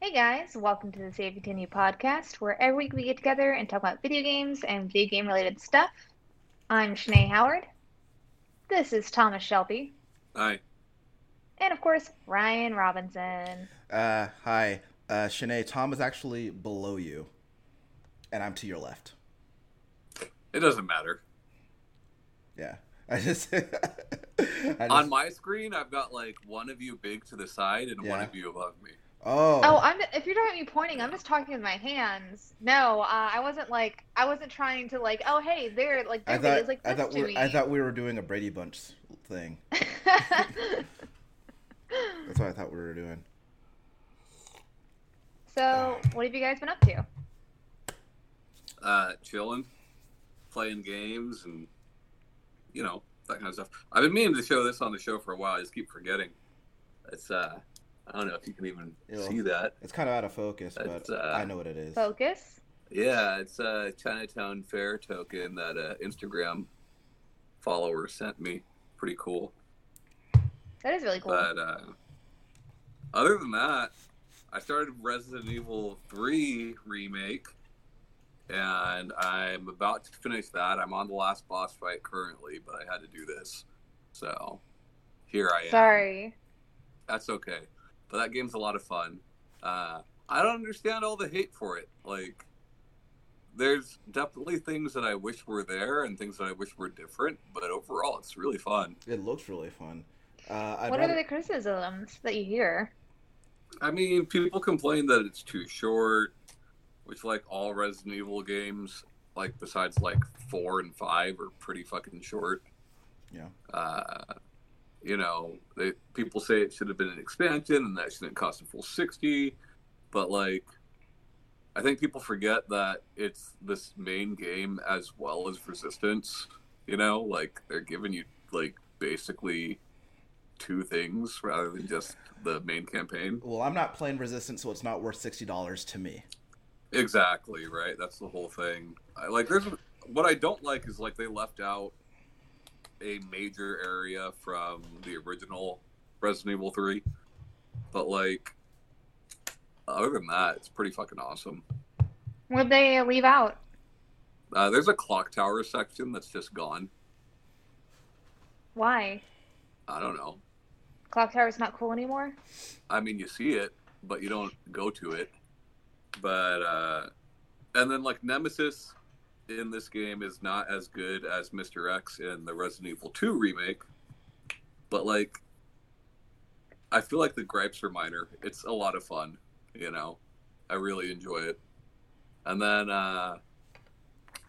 Hey guys, welcome to the Save Continue podcast, where every week we get together and talk about video games and video game related stuff. I'm Shanae Howard. This is Thomas Shelby. Hi. And of course, Ryan Robinson. Uh, hi, uh, Shanae. Tom is actually below you, and I'm to your left. It doesn't matter. Yeah, I just, I just- On my screen, I've got like one of you big to the side and one Yeah. of you above me. oh, Oh, I'm. If you're talking about me pointing, I'm just talking with my hands. No, uh, I wasn't like I wasn't trying to like. Oh, hey, there, like I there it thought is, like I next thought to we me. I thought we were doing a Brady Bunch thing. That's what I thought we were doing. so, Ah. what have you guys been up to? Uh, chilling, playing games, and you know that kind of stuff. I've been meaning to show this on the show for a while. I just keep forgetting. It's uh, I don't know if you can even Ew. see that. It's kind of out of focus, but That's, uh, I know what it is. Focus. Yeah, it's a Chinatown Fair token that uh, Instagram follower sent me. Pretty cool. That is really cool. But uh, other than that, I started Resident Evil 3 remake, and I'm about to finish that. I'm on the last boss fight currently, but I had to do this, so here I am. Sorry. that's okay. But that game's a lot of fun. Uh, I don't understand all the hate for it. Like, there's definitely things that I wish were there and things that I wish were different, but overall, it's really fun. It looks really fun. Uh, I'd what rather, are the criticisms that you hear? I mean, people complain that it's too short, which like all Resident Evil games, like besides like four and five, are pretty fucking short. Yeah. Uh, you know, they, people say it should have been an expansion and that shouldn't cost a full sixty, but like, I think people forget that it's this main game as well as Resistance. You know, like they're giving you like basically two things rather than just the main campaign. Well, I'm not playing Resistance, so it's not worth sixty dollars to me. Exactly right. That's the whole thing. I, like, there's what I don't like is like they left out a major area from the original Resident Evil Three, but like other than that, it's pretty fucking awesome. What did they leave out? Uh, there's a clock tower section that's just gone. Why? I don't know. Clock Tower's not cool anymore? I mean, you see it, but you don't go to it. But uh, and then like Nemesis in this game is not as good as Mr. X in the Resident Evil 2 remake. But like, I feel like the gripes are minor. It's a lot of fun, you know. I really enjoy it. And then uh,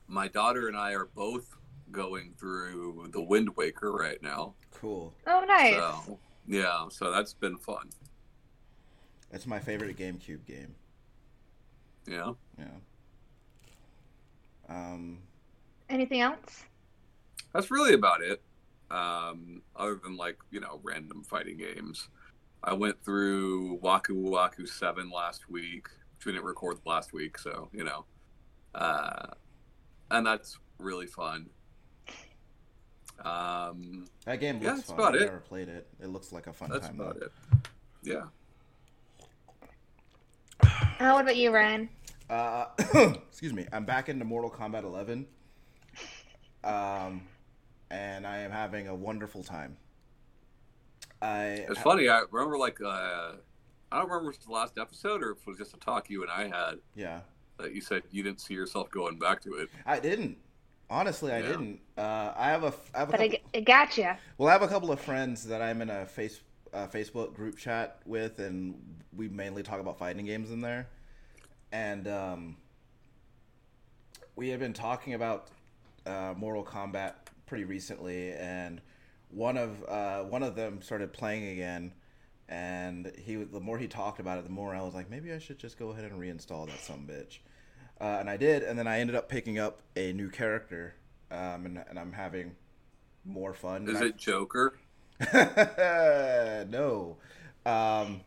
my daughter and I are both going through the Wind Waker right now. Cool. Oh, nice. So yeah, so that's been fun. That's my favorite GameCube game. Yeah. Yeah. Um. Anything else? that's really about it. Um, other than like you know random fighting games, I went through Waku Waku Seven last week, which we didn't record last week, so you know, uh, and that's really fun. Um, That game looks Yeah, that's fun. about I've it. never played it. It looks like a fun that's time. about though. it. Yeah, Oh, what about you, Ryan? Uh, excuse me. I'm back into Mortal Kombat 11. Um, and I am having a wonderful time. I it's funny. I remember like uh, I don't remember if it was the last episode or if it was just a talk you and I had yeah. that you said you didn't see yourself going back to it. I didn't. Honestly, I Yeah. didn't. Uh, I have a. f- I have a But couple, it, g- it got you. Well, I have a couple of friends that I'm in a face uh, Facebook group chat with, and we mainly talk about fighting games in there. And um, we have been talking about uh, Mortal Kombat pretty recently, and one of uh, one of them started playing again. And he, was- the more he talked about it, the more I was like, maybe I should just go ahead and reinstall that some bitch. Uh, and I did, and then I ended up picking up a new character, um, and, and I'm having more fun. Is And I- it Joker? no, um,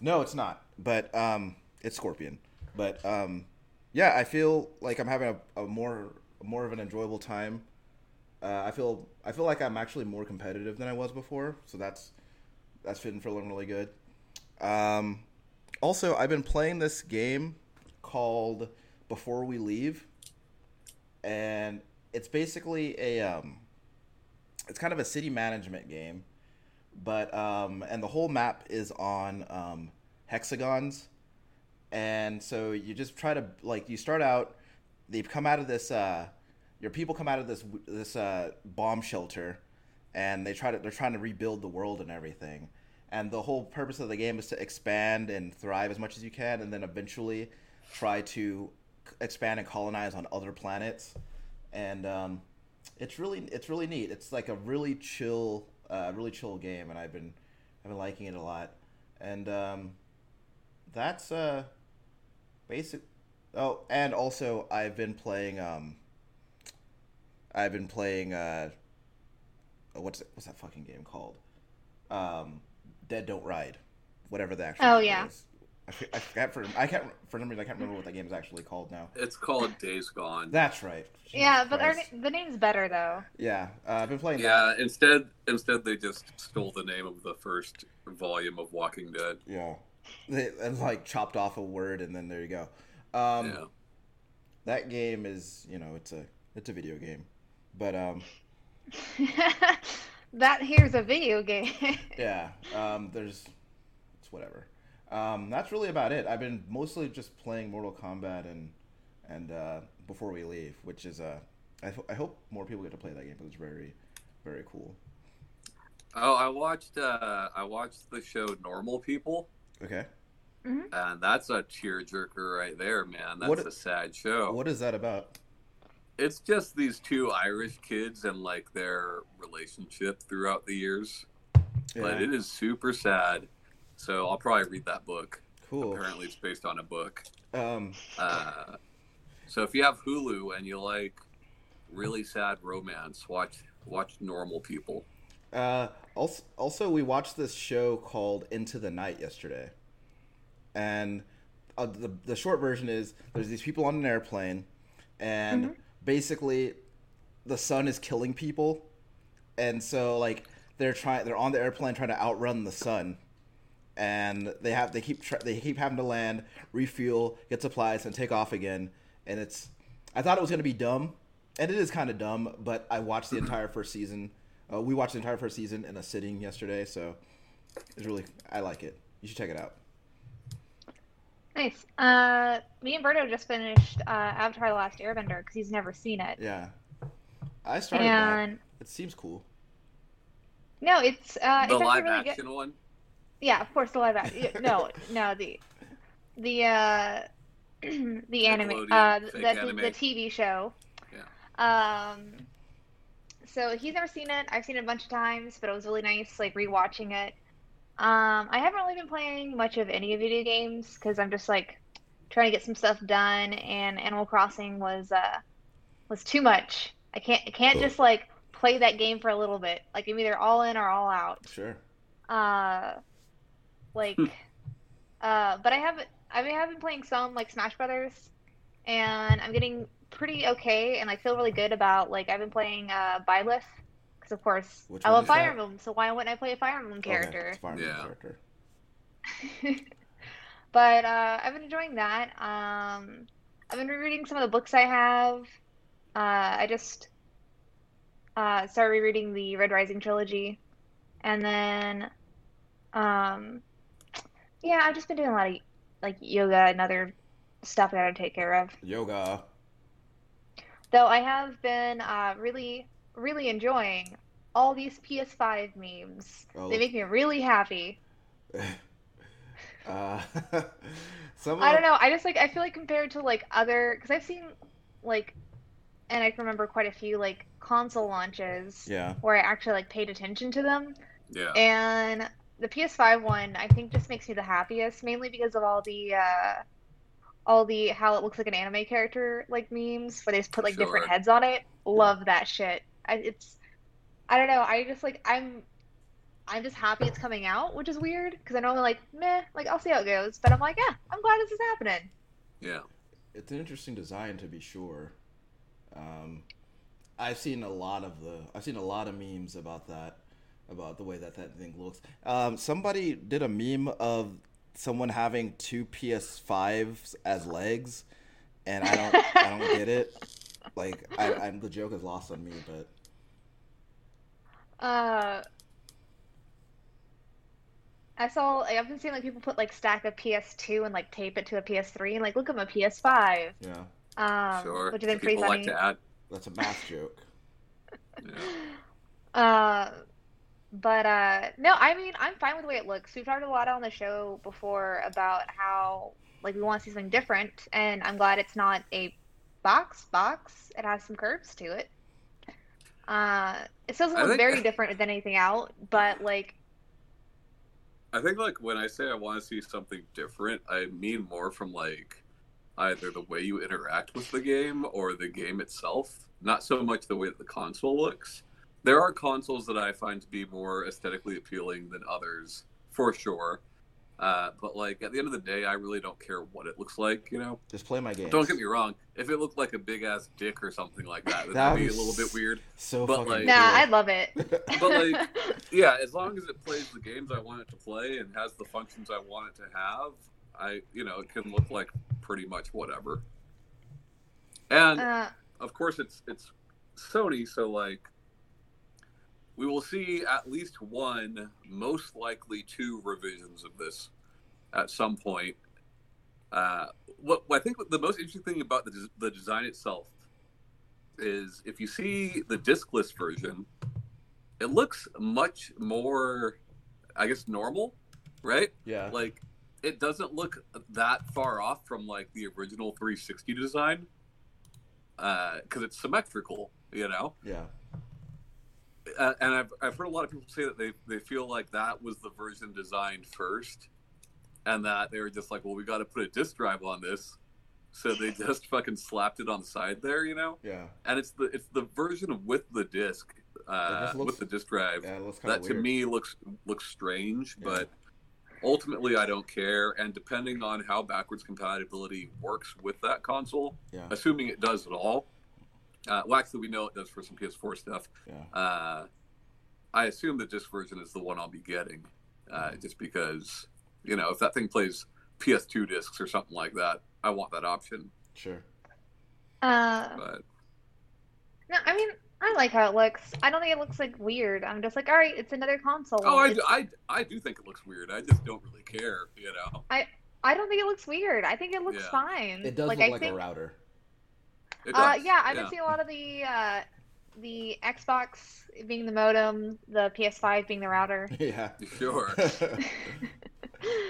no, it's not. But um, it's Scorpion. But um, yeah, I feel like I'm having a, a more more of an enjoyable time. Uh, I feel I feel like I'm actually more competitive than I was before. So that's that's been feeling really good. Um, Also, I've been playing this game called Before We Leave, and it's basically a um, it's kind of a city management game, but um, and the whole map is on um, hexagons, and so you just try to like you start out, they've come out of this uh, your people come out of this this uh, bomb shelter, and they try to they're trying to rebuild the world and everything and the whole purpose of the game is to expand and thrive as much as you can and then eventually try to c- expand and colonize on other planets and um, it's really it's really neat it's like a really chill uh, really chill game and i've been i've been liking it a lot and um, that's uh basic oh and also i've been playing um i've been playing uh oh, what's what's that fucking game called um Dead Don't Ride, whatever the actual. Oh, name yeah. Is. I, f- I forgot for I can't for some reason I can't remember what that game is actually called now. It's called Days Gone. That's right. Jesus yeah, but our, Christ. na- the name's better though. yeah, uh, I've been playing yeah, instead instead they just stole the name of the first volume of Walking Dead. that. Yeah, they, and like chopped off a word and then there you go. Um, yeah. That game is you know it's a it's a video game, but um that here's a video game. yeah um there's it's whatever. Um, that's really about it. I've been mostly just playing Mortal Kombat and and uh, before we leave, which is uh, I, ho- I hope more people get to play that game because it's very very cool. Oh, I watched uh I watched the show Normal People Okay. and that's a tearjerker right there, man. That's What- a sad show. What is that about? It's just these two Irish kids and like their relationship throughout the years. But it is super sad. So I'll probably read that book. cool. Apparently it's based on a book. Um, Uh, so if you have Hulu and you like really sad romance, watch watch normal people. uh, also, also, we watched this show called Into the Night yesterday, and uh, the the short version is there's these people on an airplane, and basically, the sun is killing people, and so like they're trying they're on the airplane trying to outrun the sun. and they have they keep tra- they keep having to land, refuel, get supplies, and take off again. And it's I thought it was gonna be dumb, and it is kind of dumb. But I watched the entire first season. Uh, we watched the entire first season in a sitting yesterday, so it's really I like it. You should check it out. nice. Uh, me and Berto just finished uh, Avatar: The Last Airbender because he's never seen it. Yeah, I started that. and It seems cool. no, it's uh, the it's actually live really good. action one. Yeah, of course, the live action. yeah, No, no, the the uh the anime, Nickelodeon uh, the, fake the, anime. the TV show. Yeah. Um, so he's never seen it. I've seen it a bunch of times, but it was really nice, like rewatching it. Um, I haven't really been playing much of any video games because I'm just like trying to get some stuff done, and Animal Crossing was uh was too much. I can't I can't just like play that game for a little bit. Like I'm either all in or all out Sure. uh like Hmm. uh but i haven't i mean i have been playing some like smash brothers and i'm getting pretty okay and i feel really good about like i've been playing uh byleth because of course Which i one love is fire that? emblem so why wouldn't i play a fire emblem Okay, character it's Fire Emblem Yeah. character. but uh i've been enjoying that um i've been rereading some of the books i have uh i just uh started rereading the red rising trilogy and then um yeah i've just been doing a lot of like yoga and other stuff i gotta take care of Yoga. though i have been uh really really enjoying all these ps5 memes Oh. they make me really happy Uh, some I don't know. I just like I feel like compared to like other because I've seen like, and I can remember quite a few like console launches Yeah. where I actually like paid attention to them, Yeah. and the PS5 one I think just makes me the happiest, mainly because of all the uh, all the how it looks like an anime character like memes where they just put like different Sure. heads on it. Love that shit. I, it's I don't know. I just like I'm. I'm just happy it's coming out, which is weird because I normally like meh, like I'll see how it goes. But I'm like, yeah, I'm glad this is happening. Yeah. it's an interesting design to be sure. Um, I've seen a lot of the I've seen a lot of memes about that about the way that that thing looks. Um, somebody did a meme of someone having two PS5s as legs, and I don't I don't get it. Like I, I'm the joke is lost on me, but Uh, I saw. like, I've been seeing like people put like stack a PS2 and like tape it to a PS3 and like look at my PS5, yeah, um, sure. which I think is pretty People funny. like to add. that's a math joke. Yeah. Uh, but uh, no, I mean, I'm fine with the way it looks. We've talked a lot on the show before about how like we want to see something different, and I'm glad it's not a box box. It has some curves to it. Uh, it still doesn't I look think- very different than anything out, but like, I think like when I say I want to see something different, I mean more from like either the way you interact with the game or the game itself, not so much the way that the console looks. There are consoles that I find to be more aesthetically appealing than others, for sure. Uh, but like at the end of the day, I really don't care what it looks like. You know, Just play my game. don't get me wrong. If it looked like a big ass dick or something like that, that'd That be a was- little bit weird. So But, fucking like- nah, cool. I love it. But like, yeah, as long as it plays the games I want it to play and has the functions I want it to have, I you know, it can look like pretty much whatever. And uh, of course it's it's Sony, so like we will see at least one, most likely two revisions of this at some point. Uh, what, what I think the most interesting thing about the, des- the design itself is if you see the discless version, it looks much more, I guess, normal, right? yeah, like it doesn't look that far off from like the original 360 design because it's symmetrical you know yeah. uh, and I've, I've heard a lot of people say that they, they feel like that was the version designed first and that they were just like well we got to put a disk drive on this so they just fucking slapped it on the side there you know Yeah, and it's the it's the version with the disk It uh, just looks- with the disk drive yeah, it looks kind that of to weird. me looks looks strange Yeah. but ultimately i don't care and depending on how backwards compatibility works with that console yeah, assuming it does at all uh, well actually we know it does for some ps4 stuff yeah, uh, i assume the disc version is the one i'll be getting uh, Mm-hmm. just because you know if that thing plays ps2 discs or something like that i want that option sure. uh, but no, I mean, I like how it looks. I don't think it looks like weird. I'm just like, all right, it's another console. oh I, It's- I, I do think it looks weird i just don't really care you know I don't think it looks weird. I think it looks Yeah. fine. It does look I like think, a router. It Uh, does, yeah, I've been seeing a lot of the uh, the Xbox being the modem, the PS5 being the router. yeah. sure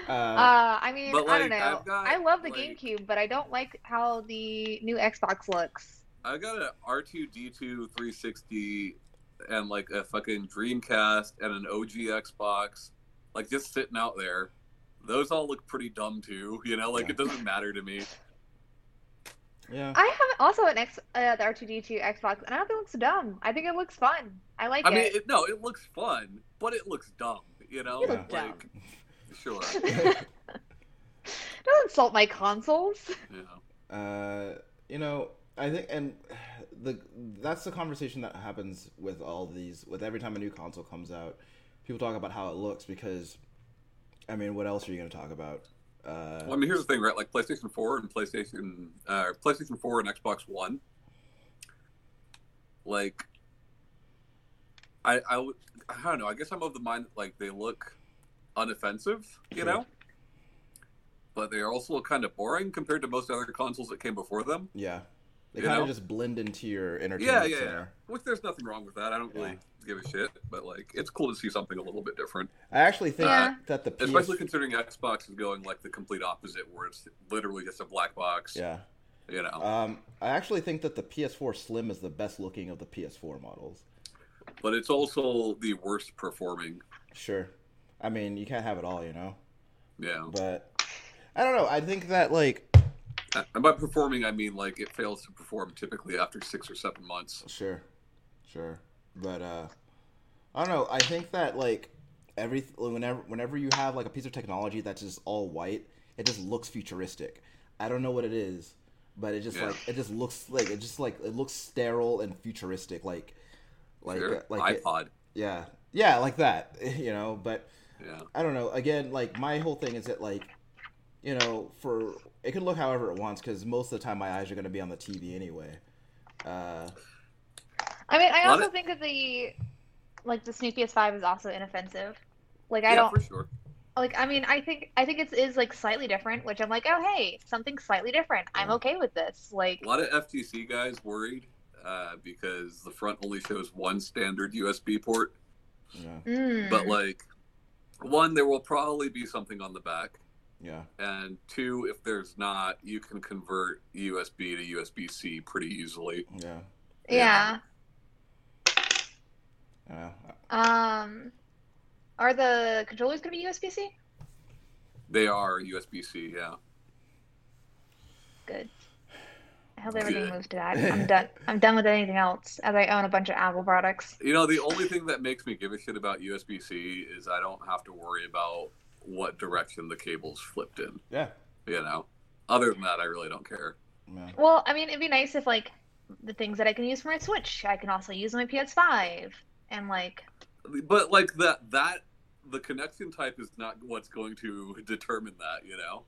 Uh, uh, I mean, but, I don't like, know. I've got, I love the like- GameCube, but I don't like how the new Xbox looks. I got a R two D two 360 and like a fucking Dreamcast and an OG Xbox, like just sitting out there. Those all look pretty dumb too, you know. Like Yeah. it doesn't matter to me. yeah. I have also an X, uh, the R2D2 Xbox, and I don't think it looks dumb. I think it looks fun. I like I mean, it. it, no, it looks fun, but it looks dumb, you know. You look like, sure, Don't insult my consoles. yeah. Uh, you know, I think, and the that's the conversation that happens with all these. With every time a new console comes out, people talk about how it looks because, I mean, what else are you going to talk about? Uh, Well, I mean, here's the thing, right? Like PlayStation 4 and PlayStation, uh, PlayStation 4 and Xbox One. Like, I, I, w- I don't know. I guess I'm of the mind that like they look unoffensive, you Sure. know, but they are also kind of boring compared to most other consoles that came before them. yeah, they You kind know? of just blend into your Yeah, entertainment yeah, yeah. center. Which there's nothing wrong with that. I don't really give a shit, but like it's cool to see something a little bit different, I actually think Yeah. that the PS, especially considering Xbox is going like the complete opposite, where it's literally just a black box. yeah, You know. um, I actually think that the PS4 Slim is the best looking of the PS4 models. but it's also the worst performing. Sure, I mean, you can't have it all, you know, Yeah, but I don't know. I think that like Uh, and by performing, I mean like it fails to perform typically after six or seven months. Sure, sure. But uh, I don't know. I think that like every whenever whenever you have like a piece of technology that's just all white, it just looks futuristic. I don't know what it is, but it just Yeah. like it just looks like it just like it looks sterile and futuristic, like like Sure. uh, like it- iPod. yeah yeah like that you know. But Yeah, I don't know. Again, like my whole thing is that like you know, for it can look however it wants because most of the time my eyes are going to be on the TV anyway. Uh, I mean, I Lot also of- think that the like the Snoop PS5 is also inoffensive. Like I yeah, don't for sure. like. I mean, I think I think it is like slightly different, which I'm like, oh hey, something slightly different. I'm Yeah. okay with this. Like, A lot of FTC guys worried uh, because the front only shows one standard USB port, yeah, mm, but like one, there will probably be something on the back, yeah, and two, if there's not, you can convert USB to USB C pretty easily. yeah. yeah. I don't know. uh, Um, are the controllers gonna be USB C? They are USB C, yeah. Good. I hope everything Good. moves to that. I'm done. I'm done with anything else, as I own a bunch of Apple products. You know, the only thing that makes me give a shit about USB C is I don't have to worry about what direction the cable's flipped in. Yeah, You know, other than that, I really don't care. yeah. Well, I mean, it'd be nice if like the things that I can use for my Switch, I can also use on my PS5, and like, But like that, that the connection type is not what's going to determine that. You know.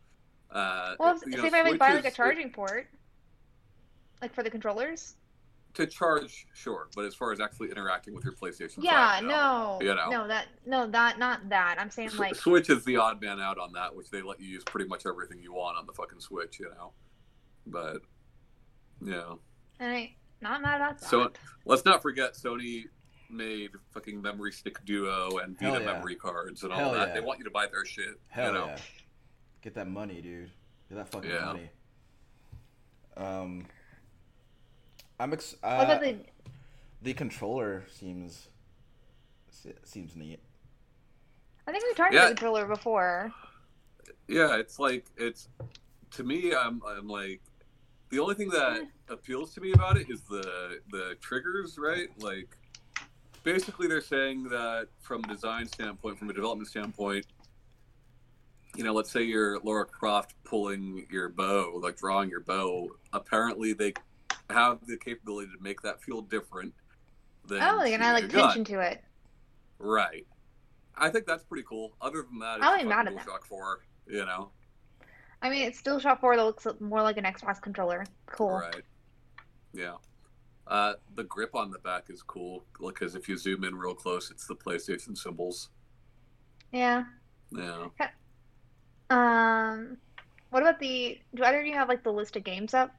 Uh, well, if, you if know, they might like, buy like a switches- charging port, like for the controllers. to charge, sure. But as far as actually interacting with your PlayStation, Yeah, 5, no, You know. no, that, no, that, not that. I'm saying S- like, Switch is the odd man out on that, which they let you use pretty much everything you want on the fucking Switch. You know. But yeah. I not mad about that. So- Let's not forget Sony made fucking memory stick duo and Hell Vita yeah. memory cards and all Hell that. yeah. They want you to buy their shit. Hell you know? yeah. Get that money, dude. Get that fucking Yeah. money. Um, I'm ex- what uh, about the-, the? controller seems se- seems neat. I think we talked Yeah. about the controller before. Yeah, it's like it's to me. I'm I'm like the only thing that appeals to me about it is the the triggers, right? Like basically they're saying that from a design standpoint, from a development standpoint, you know, let's say you're Laura Croft pulling your bow, like drawing your bow. Apparently, they have the capability to make that feel different. Than Oh, they're gonna shooting add, a like gun. tension to it. right? I think that's pretty cool. Other than that, it's I fucking ain't mad at that. DualShock Four, you know. I mean, it's still Shop Four that looks more like an Xbox controller. Cool. Right. Yeah. Uh, the grip on the back is cool because if you zoom in real close, it's the PlayStation symbols. Yeah. Yeah. Um, what about the? Do either of you have like the list of games up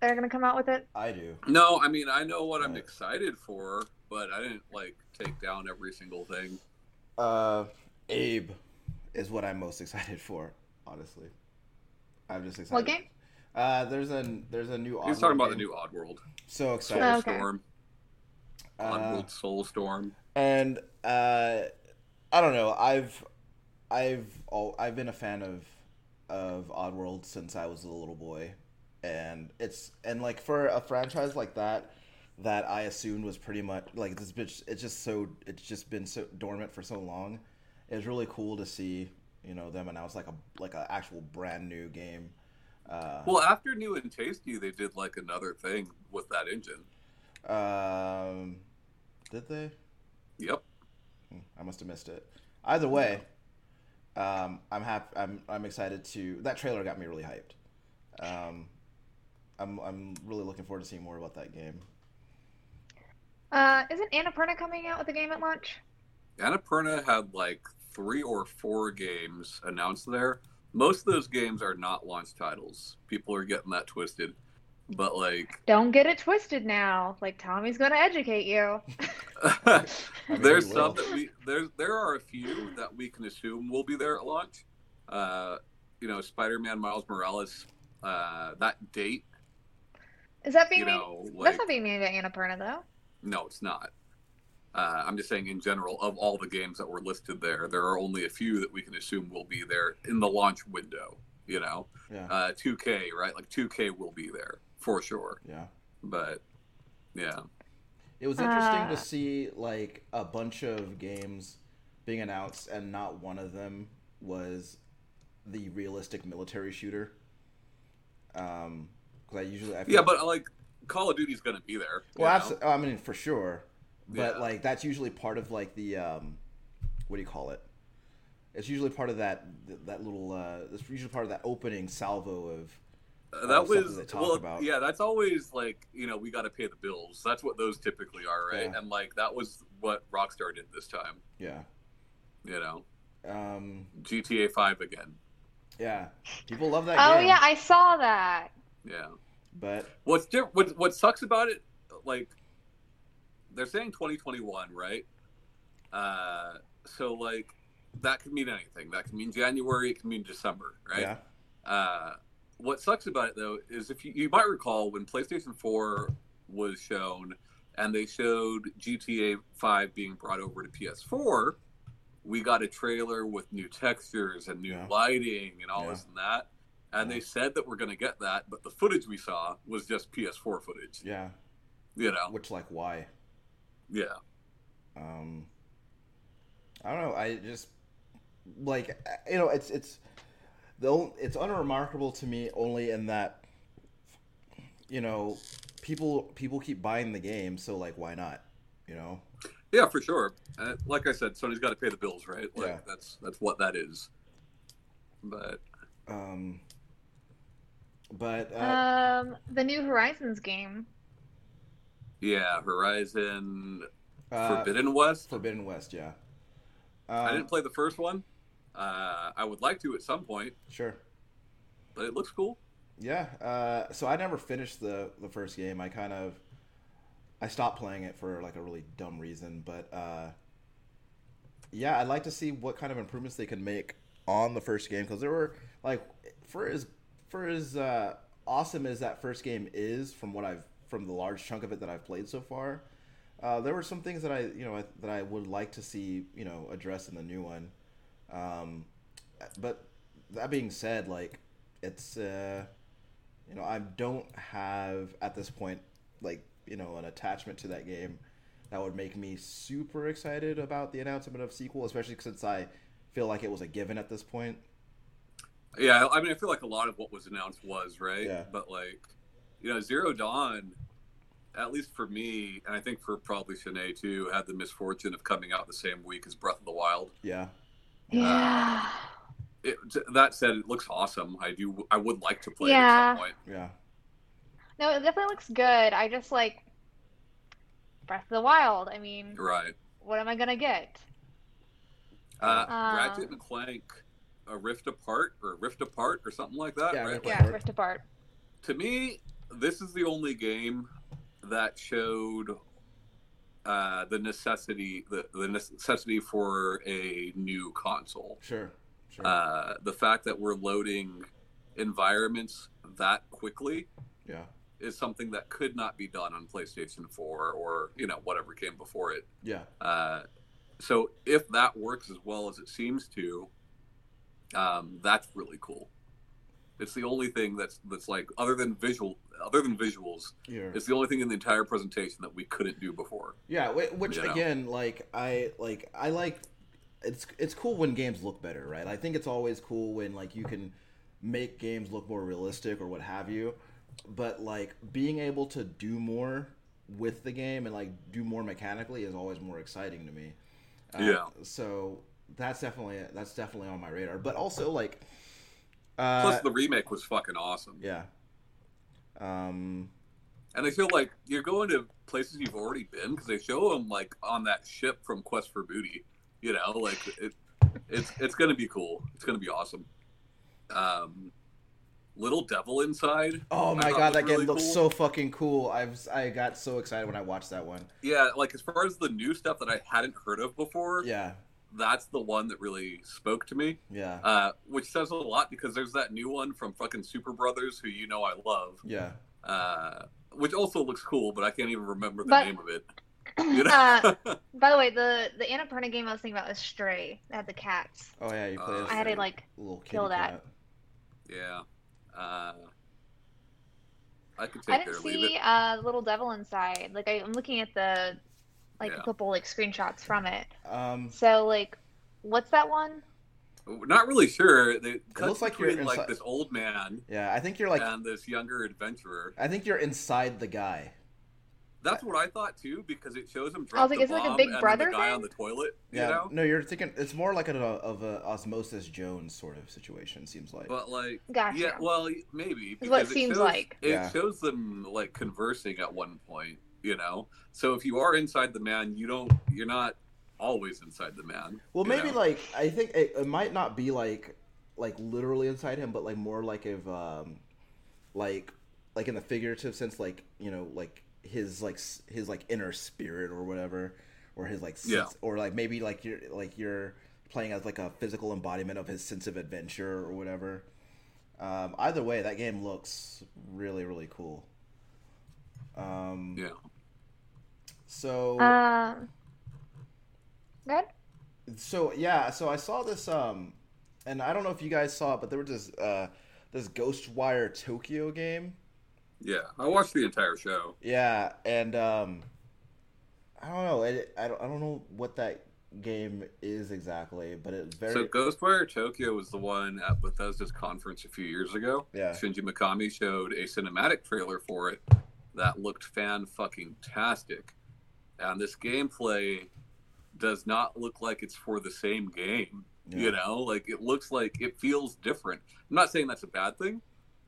that are gonna come out with it? I do. No, I mean I know what I'm Right. excited for, but I didn't like take down every single thing. Uh, Abe is what I'm most excited for. Honestly, I'm just excited. What game? Uh, there's a there's a new. He's Oddworld talking about the game. new Oddworld, So Soul excited. Oh, okay. Storm, Uh, Oddworld Soul Storm. and uh, I don't know. I've I've all, I've been a fan of of Oddworld since I was a little boy, and it's and like for a franchise like that that I assumed was pretty much like this bitch. It's just so it's just been so dormant for so long. It's really cool to see you know them announce like a like a actual brand new game. Uh, Well, after New and Tasty, they did like another thing with that engine. um, did they? Yep. Hmm, I must have missed it. Either way, um, I'm happy. I'm I'm excited to. That trailer got me really hyped. Um, I'm I'm really looking forward to seeing more about that game. Uh, isn't Annapurna coming out with a game at launch? Annapurna had like three or four games announced there. Most of those games are not launch titles. People are getting that twisted. But like Don't get it twisted now. Like Tommy's gonna educate you. mean, there's we some will. that we there's there are a few that we can assume will be there at launch. Uh you know, Spider-Man Miles Morales uh that date, Is that being you made? know, That's like not being made at Annapurna though. no, it's not. Uh, I'm just saying, in general, of all the games that were listed there, there are only a few that we can assume will be there in the launch window. You know, Yeah, uh, 2K, right? Like 2K will be there for sure. yeah. But yeah, It was interesting Uh. to see like a bunch of games being announced, and not one of them was the realistic military shooter. Um, because I usually I feel yeah, but uh, like Call of Duty's gonna be there. you Well, know? abso- I mean, for sure. But Yeah. like that's usually part of like the um, what do you call it? It's usually part of that that little. Uh, it's usually part of that opening salvo of. Uh, uh, that something was they talk well, about. yeah. That's always like you know we got to pay the bills. That's what those typically are, right? Yeah. And like that was what Rockstar did this time. Yeah. You know, Um, GTA Five again. yeah. People love that Oh game. yeah, I saw that. Yeah. But What's diff- what what sucks about it? Like they're saying 2021, right? Uh, so like that could mean anything. That could mean January. It could mean December, right? yeah. Uh, what sucks about it though is if you, you might recall when PlayStation 4 was shown and they showed GTA 5 being brought over to PS4, we got a trailer with new textures and new Yeah. lighting and all Yeah. this and that. And Yeah. they said that we're going to get that, but the footage we saw was just PS4 footage. Yeah. You know? Which like why? Yeah. Um, I don't know. I just like you know it's it's the on- it's unremarkable to me only in that you know people people keep buying the game, so like why not? You know. Yeah, for sure. Uh, like I said, Sony's got to pay the bills, right? Like Yeah. that's that's what that is. But Um, but uh, Um, the new Horizons game. yeah, Horizon uh, Forbidden West. Forbidden West, yeah. I Um, didn't play the first one. Uh, I would like to at some point, Sure. but it looks cool. Yeah. Uh, so I never finished the the first game. I kind of I stopped playing it for like a really dumb reason, but uh, yeah, I'd like to see what kind of improvements they can make on the first game because there were like for as for as uh, awesome as that first game is from what I've from the large chunk of it that I've played so far. Uh, there were some things that I, you know, I, that I would like to see, you know, addressed in the new one. Um, but that being said, like it's uh, you know I don't have at this point like you know an attachment to that game that would make me super excited about the announcement of sequel, especially since I feel like it was a given at this point. Yeah, I mean, I feel like a lot of what was announced was right, Yeah. but like, you know, Zero Dawn, at least for me, and I think for probably Shanae too, had the misfortune of coming out the same week as Breath of the Wild. Yeah, Yeah. It, that said, it looks awesome. I do. I would like to play it Yeah. at some point. yeah, No, it definitely looks good. I just like Breath of the Wild. I mean, Right. what am I gonna get? Uh, Um. Ratchet and Clank, a Rift Apart or Rift Apart or something like that. Yeah, right? Rift Like, Yeah, Word. Rift Apart. to me, this is the only game that showed uh, the necessity the, the necessity for a new console. sure, sure, Uh, the fact that we're loading environments that quickly yeah, is something that could not be done on PlayStation 4 or you know whatever came before it. yeah, Uh, so if that works as well as it seems to, um, that's really cool. It's the only thing that's that's like other than visual, other than visuals, yeah. it's the only thing in the entire presentation that we couldn't do before. Yeah, whi- which You know? again, like I like I like it's it's cool when games look better, right? I think it's always cool when like you can make games look more realistic or what have you. But like being able to do more with the game and like do more mechanically is always more exciting to me. Uh, Yeah. So that's definitely that's definitely on my radar. But also like uh Plus, the remake was fucking awesome, yeah. Um and I feel like you're going to places you've already been because they show them like on that ship from Quest for Booty. You know, like it, it's it's gonna be cool. It's gonna be awesome. Um, Little Devil Inside. Oh I my thought god, was that game really looks cool. so fucking cool. I was, I got so excited when I watched that one. Yeah, like as far as the new stuff that I hadn't heard of before, Yeah, that's the one that really spoke to me, yeah, uh, which says a lot because there's that new one from fucking Super Brothers, who you know I love, yeah. uh, which also looks cool, but I can't even remember the But- name of it. You know? uh, by the way, the the Annapurna game I was thinking about was Stray. That had the cats. Oh yeah, you play Uh, as I had to a like little kitty kill that. cat. Yeah, uh, I could I take it or didn't leave see it. uh Little Devil inside. Like I, I'm looking at the like Yeah. a couple like screenshots from it. Um, So like, what's that one? Not really sure. They cut looks like you're between like inside- this old man yeah, I think you're like, and this younger adventurer. I think you're inside the guy. That's what I thought too, because it shows him drop I was like, the is it like a bomb Big and then Brother the guy thing? on the toilet. Yeah, You know, no, you're thinking it's more like an, uh, of a osmosis Jones sort of situation. Seems like. but like, Gotcha. yeah, well, maybe Is what it because seems shows, like. It Yeah. shows them like conversing at one point. You know, so if you are inside the man, you don't. You're not always inside the man. well, you maybe know? like I think it, it might not be like like literally inside him, but like more like if um like like in the figurative sense, like you know, like his like s- his like inner spirit or whatever, or his like sense, Yeah. or like maybe like you're like you're playing as like a physical embodiment of his sense of adventure or whatever. Um, either way, that game looks really really cool. Um, yeah. So Um. Good. so yeah so i saw this um and i don't know if you guys saw it but there was this uh this ghostwire tokyo game Yeah, I watched the entire show. yeah and um i don't know i, I, don't, I don't know what that game is exactly but it's very So Ghostwire Tokyo was the one at Bethesda's conference a few years ago. yeah Shinji Mikami showed a cinematic trailer for it that looked fan fucking tastic. And this gameplay does not look like it's for the same game. yeah. You know, like it looks like it feels different. I'm not saying that's a bad thing,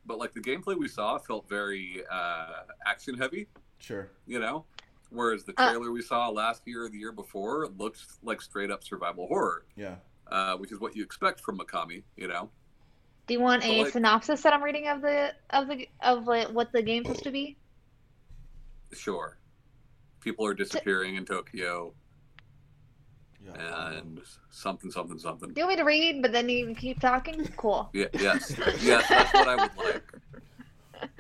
but like the gameplay we saw felt very uh, action heavy sure you know whereas the Uh. trailer we saw last year or the year before looked like straight up survival horror yeah uh, which is what you expect from Mikami, you know. Do you want So, a like- synopsis that I'm reading of the of the of like, what the game's supposed to be? Sure, people are disappearing in Tokyo, yeah and something, something, something. Do you want me to read, but then you keep talking? Cool. Yeah, yes, yes, that's what I would like.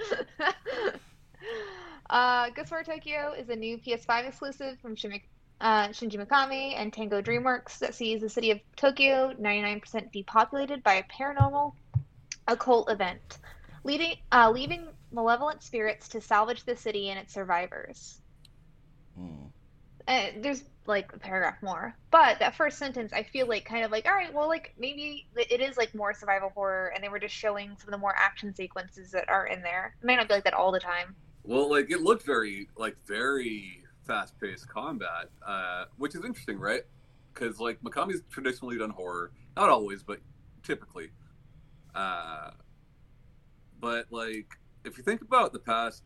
uh, Ghostwire Tokyo is a new PS5 exclusive from Shimi- uh, Shinji Mikami and Tango DreamWorks that sees the city of Tokyo 99% depopulated by a paranormal occult event, leading uh, leaving malevolent spirits to salvage the city and its survivors. Mm. uh, there's like a paragraph more but that first sentence i feel like kind of like all right well like maybe it is like more survival horror and they were just showing some of the more action sequences that are in there it might not be like that all the time Well, like it looked very, like very fast-paced combat, uh, which is interesting, right? Because like Mikami's traditionally done horror, not always, but typically. Uh, but like, if you think about the past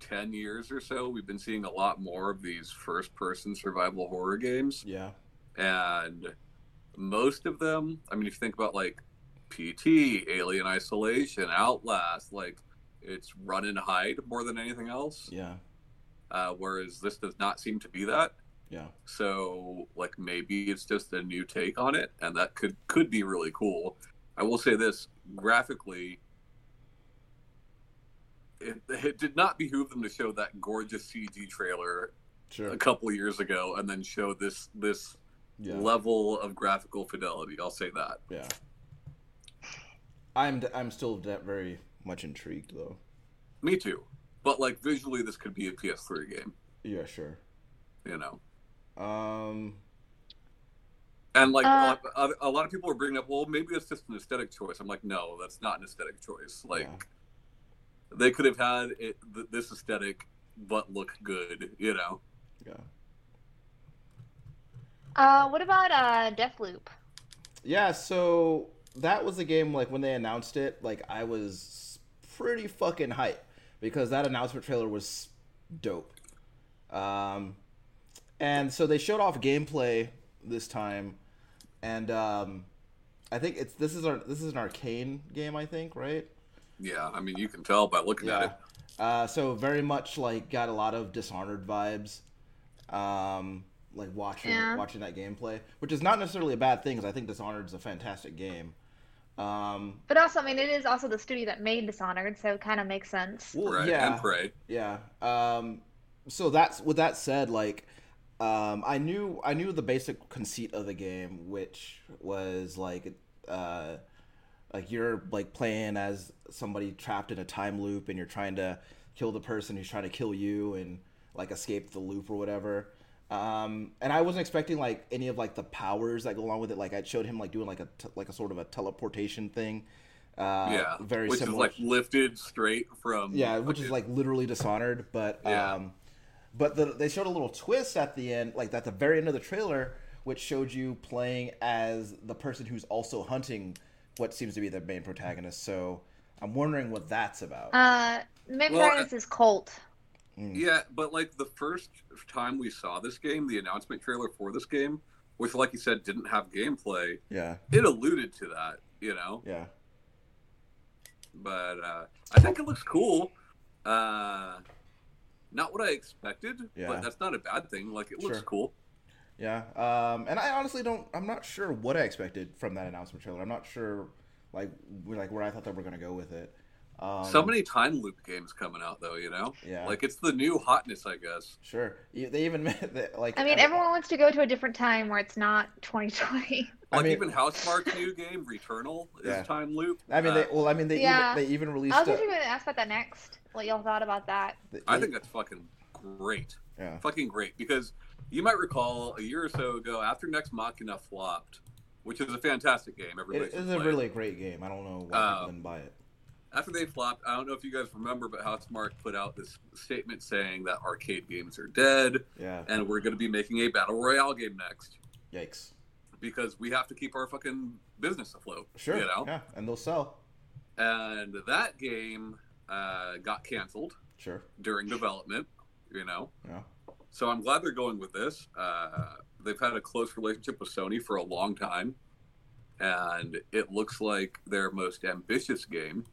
ten years or so, we've been seeing a lot more of these first-person survival horror games, yeah and most of them, I mean, if you think about like PT, Alien Isolation, Outlast, like it's run and hide more than anything else yeah uh, whereas this does not seem to be that. yeah So, like, maybe it's just a new take on it, and that could could be really cool. I will say this graphically, it, it did not behoove them to show that gorgeous CG trailer sure a couple years ago and then show this this yeah level of graphical fidelity. I'll say that. yeah i'm d- i'm still de- very much intrigued though Me too. But like visually, this could be a PS3 game, yeah sure you know. um And like Uh, a, lot, a lot of people are bringing up, well, maybe it's just an aesthetic choice. I'm like, no, that's not an aesthetic choice. Like Yeah. they could have had it, th- this aesthetic, but look good, you know. yeah uh what about uh deathloop Yeah, so that was the game like when they announced it, like I was pretty fucking hype because that announcement trailer was dope. Um and so they showed off gameplay this time and um I think it's this is our this is an arcane game, I think, right? Yeah, I mean, you can tell by looking at Yeah. it. Uh, so very much like got a lot of Dishonored vibes. Um, like watching Yeah. watching that gameplay, which is not necessarily a bad thing, because I think Dishonored's a fantastic game. Um, but also i mean it is also the studio that made dishonored so it kind of makes sense well, Right, yeah, and pray. yeah. Um, so that's with that said, like, um, I knew I knew the basic conceit of the game, which was like, uh, like you're like playing as somebody trapped in a time loop, and you're trying to kill the person who's trying to kill you, and like escape the loop or whatever. Um, and I wasn't expecting like any of like the powers that go along with it. Like I showed him like doing like a t- like a sort of a teleportation thing. Uh, yeah, very which similar is like lifted straight from yeah which is like literally dishonored but Yeah. um But the, they showed a little twist at the end, like at the very end of the trailer, which showed you playing as the person who's also hunting what seems to be the main protagonist. So I'm wondering what that's about. Hmm, Uh, Mid Well, Dragons is Colt. Mm. Yeah, but like the first time we saw this game, the announcement trailer for this game, which, like you said, didn't have gameplay, yeah, it alluded to that, you know. yeah. But uh, I think it looks cool. Uh, not what I expected, Yeah. but that's not a bad thing. Like it looks Sure. cool. Yeah, um, and I honestly don't. I'm not sure what I expected from that announcement trailer. I'm not sure, like, where- like where I thought they were gonna go with it. Um, so many time loop games coming out though, you know. Yeah. Like it's the new hotness, I guess. Sure. E- They even they, like. I mean, everyone wants to go to a different time where it's not 2020. I Like mean- even Housemarque's new game, Returnal, is Yeah. time loop. I mean, Uh, they, well, I mean, they Yeah. even, they even released. I was a- actually going to ask about that next. What y'all thought about that? they- I think that's fucking great. Yeah. fucking great because you might recall a year or so ago after Next Machina flopped, which is a fantastic game. It Everybody it should is a play it. really great game. I don't know why Uh, people didn't buy it. after they flopped. I don't know if you guys remember, but Housemark put out this statement saying that arcade games are dead Yeah. and we're going to be making a battle royale game next Yikes. because we have to keep our fucking business afloat. Sure. you know. Yeah, and they'll sell. And that game uh, got canceled Sure. during development. You know. Yeah. So I'm glad they're going with this. Uh, they've had a close relationship with Sony for a long time, and it looks like their most ambitious game.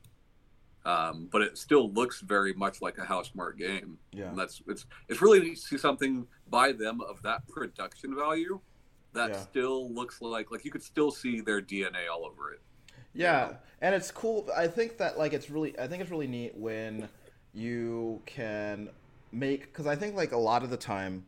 Um, but it still looks very much like a house mark game, Yeah. and that's it's it's really neat to see something by them of that production value that Yeah. still looks like like you could still see their DNA all over it. Yeah, and it's cool. I think that like it's really, I think it's really neat when you can make because I think like a lot of the time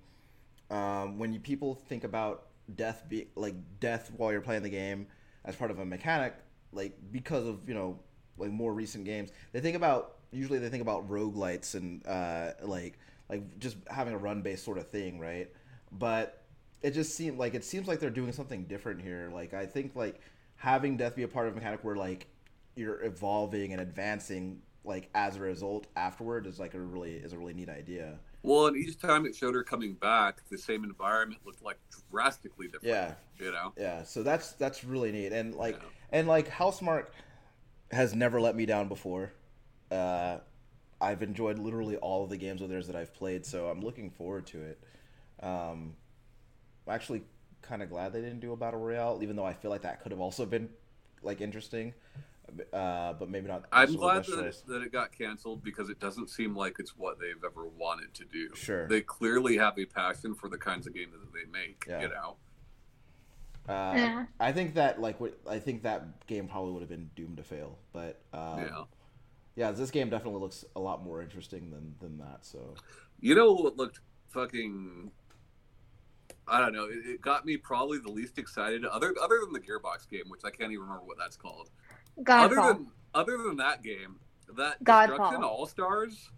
um, when you, people think about death, be like death while you're playing the game as part of a mechanic, like because of you know like more recent games, they think about usually they think about roguelites and uh, like like just having a run based sort of thing, right? But it just seemed like it seems like they're doing something different here. Like I think like having death be a part of a mechanic where like you're evolving and advancing like as a result afterward is like a really is a really neat idea. Well, and each time it showed her coming back, the same environment looked like drastically different. Yeah. you know. Yeah, so that's that's really neat, and like Yeah. and like Housemark has never let me down before. Uh, I've enjoyed literally all of the games of theirs that I've played, so I'm looking forward to it. Um, I'm actually kind of glad they didn't do a battle royale, even though I feel like that could have also been like interesting, uh, but maybe not. I'm also the glad best that it, choice. that it got canceled because it doesn't seem like it's what they've ever wanted to do. Sure. They clearly have a passion for the kinds of games that they make, Yeah. you know. Uh, Yeah. I think that like what- I think that game probably would have been doomed to fail, but um, yeah. yeah, this game definitely looks a lot more interesting than than that. So. You know what looked fucking I don't know, it, it got me probably the least excited other other than the Gearbox game, which I can't even remember what that's called. other Godfall. than other than that game, that Godfall. Destruction All Stars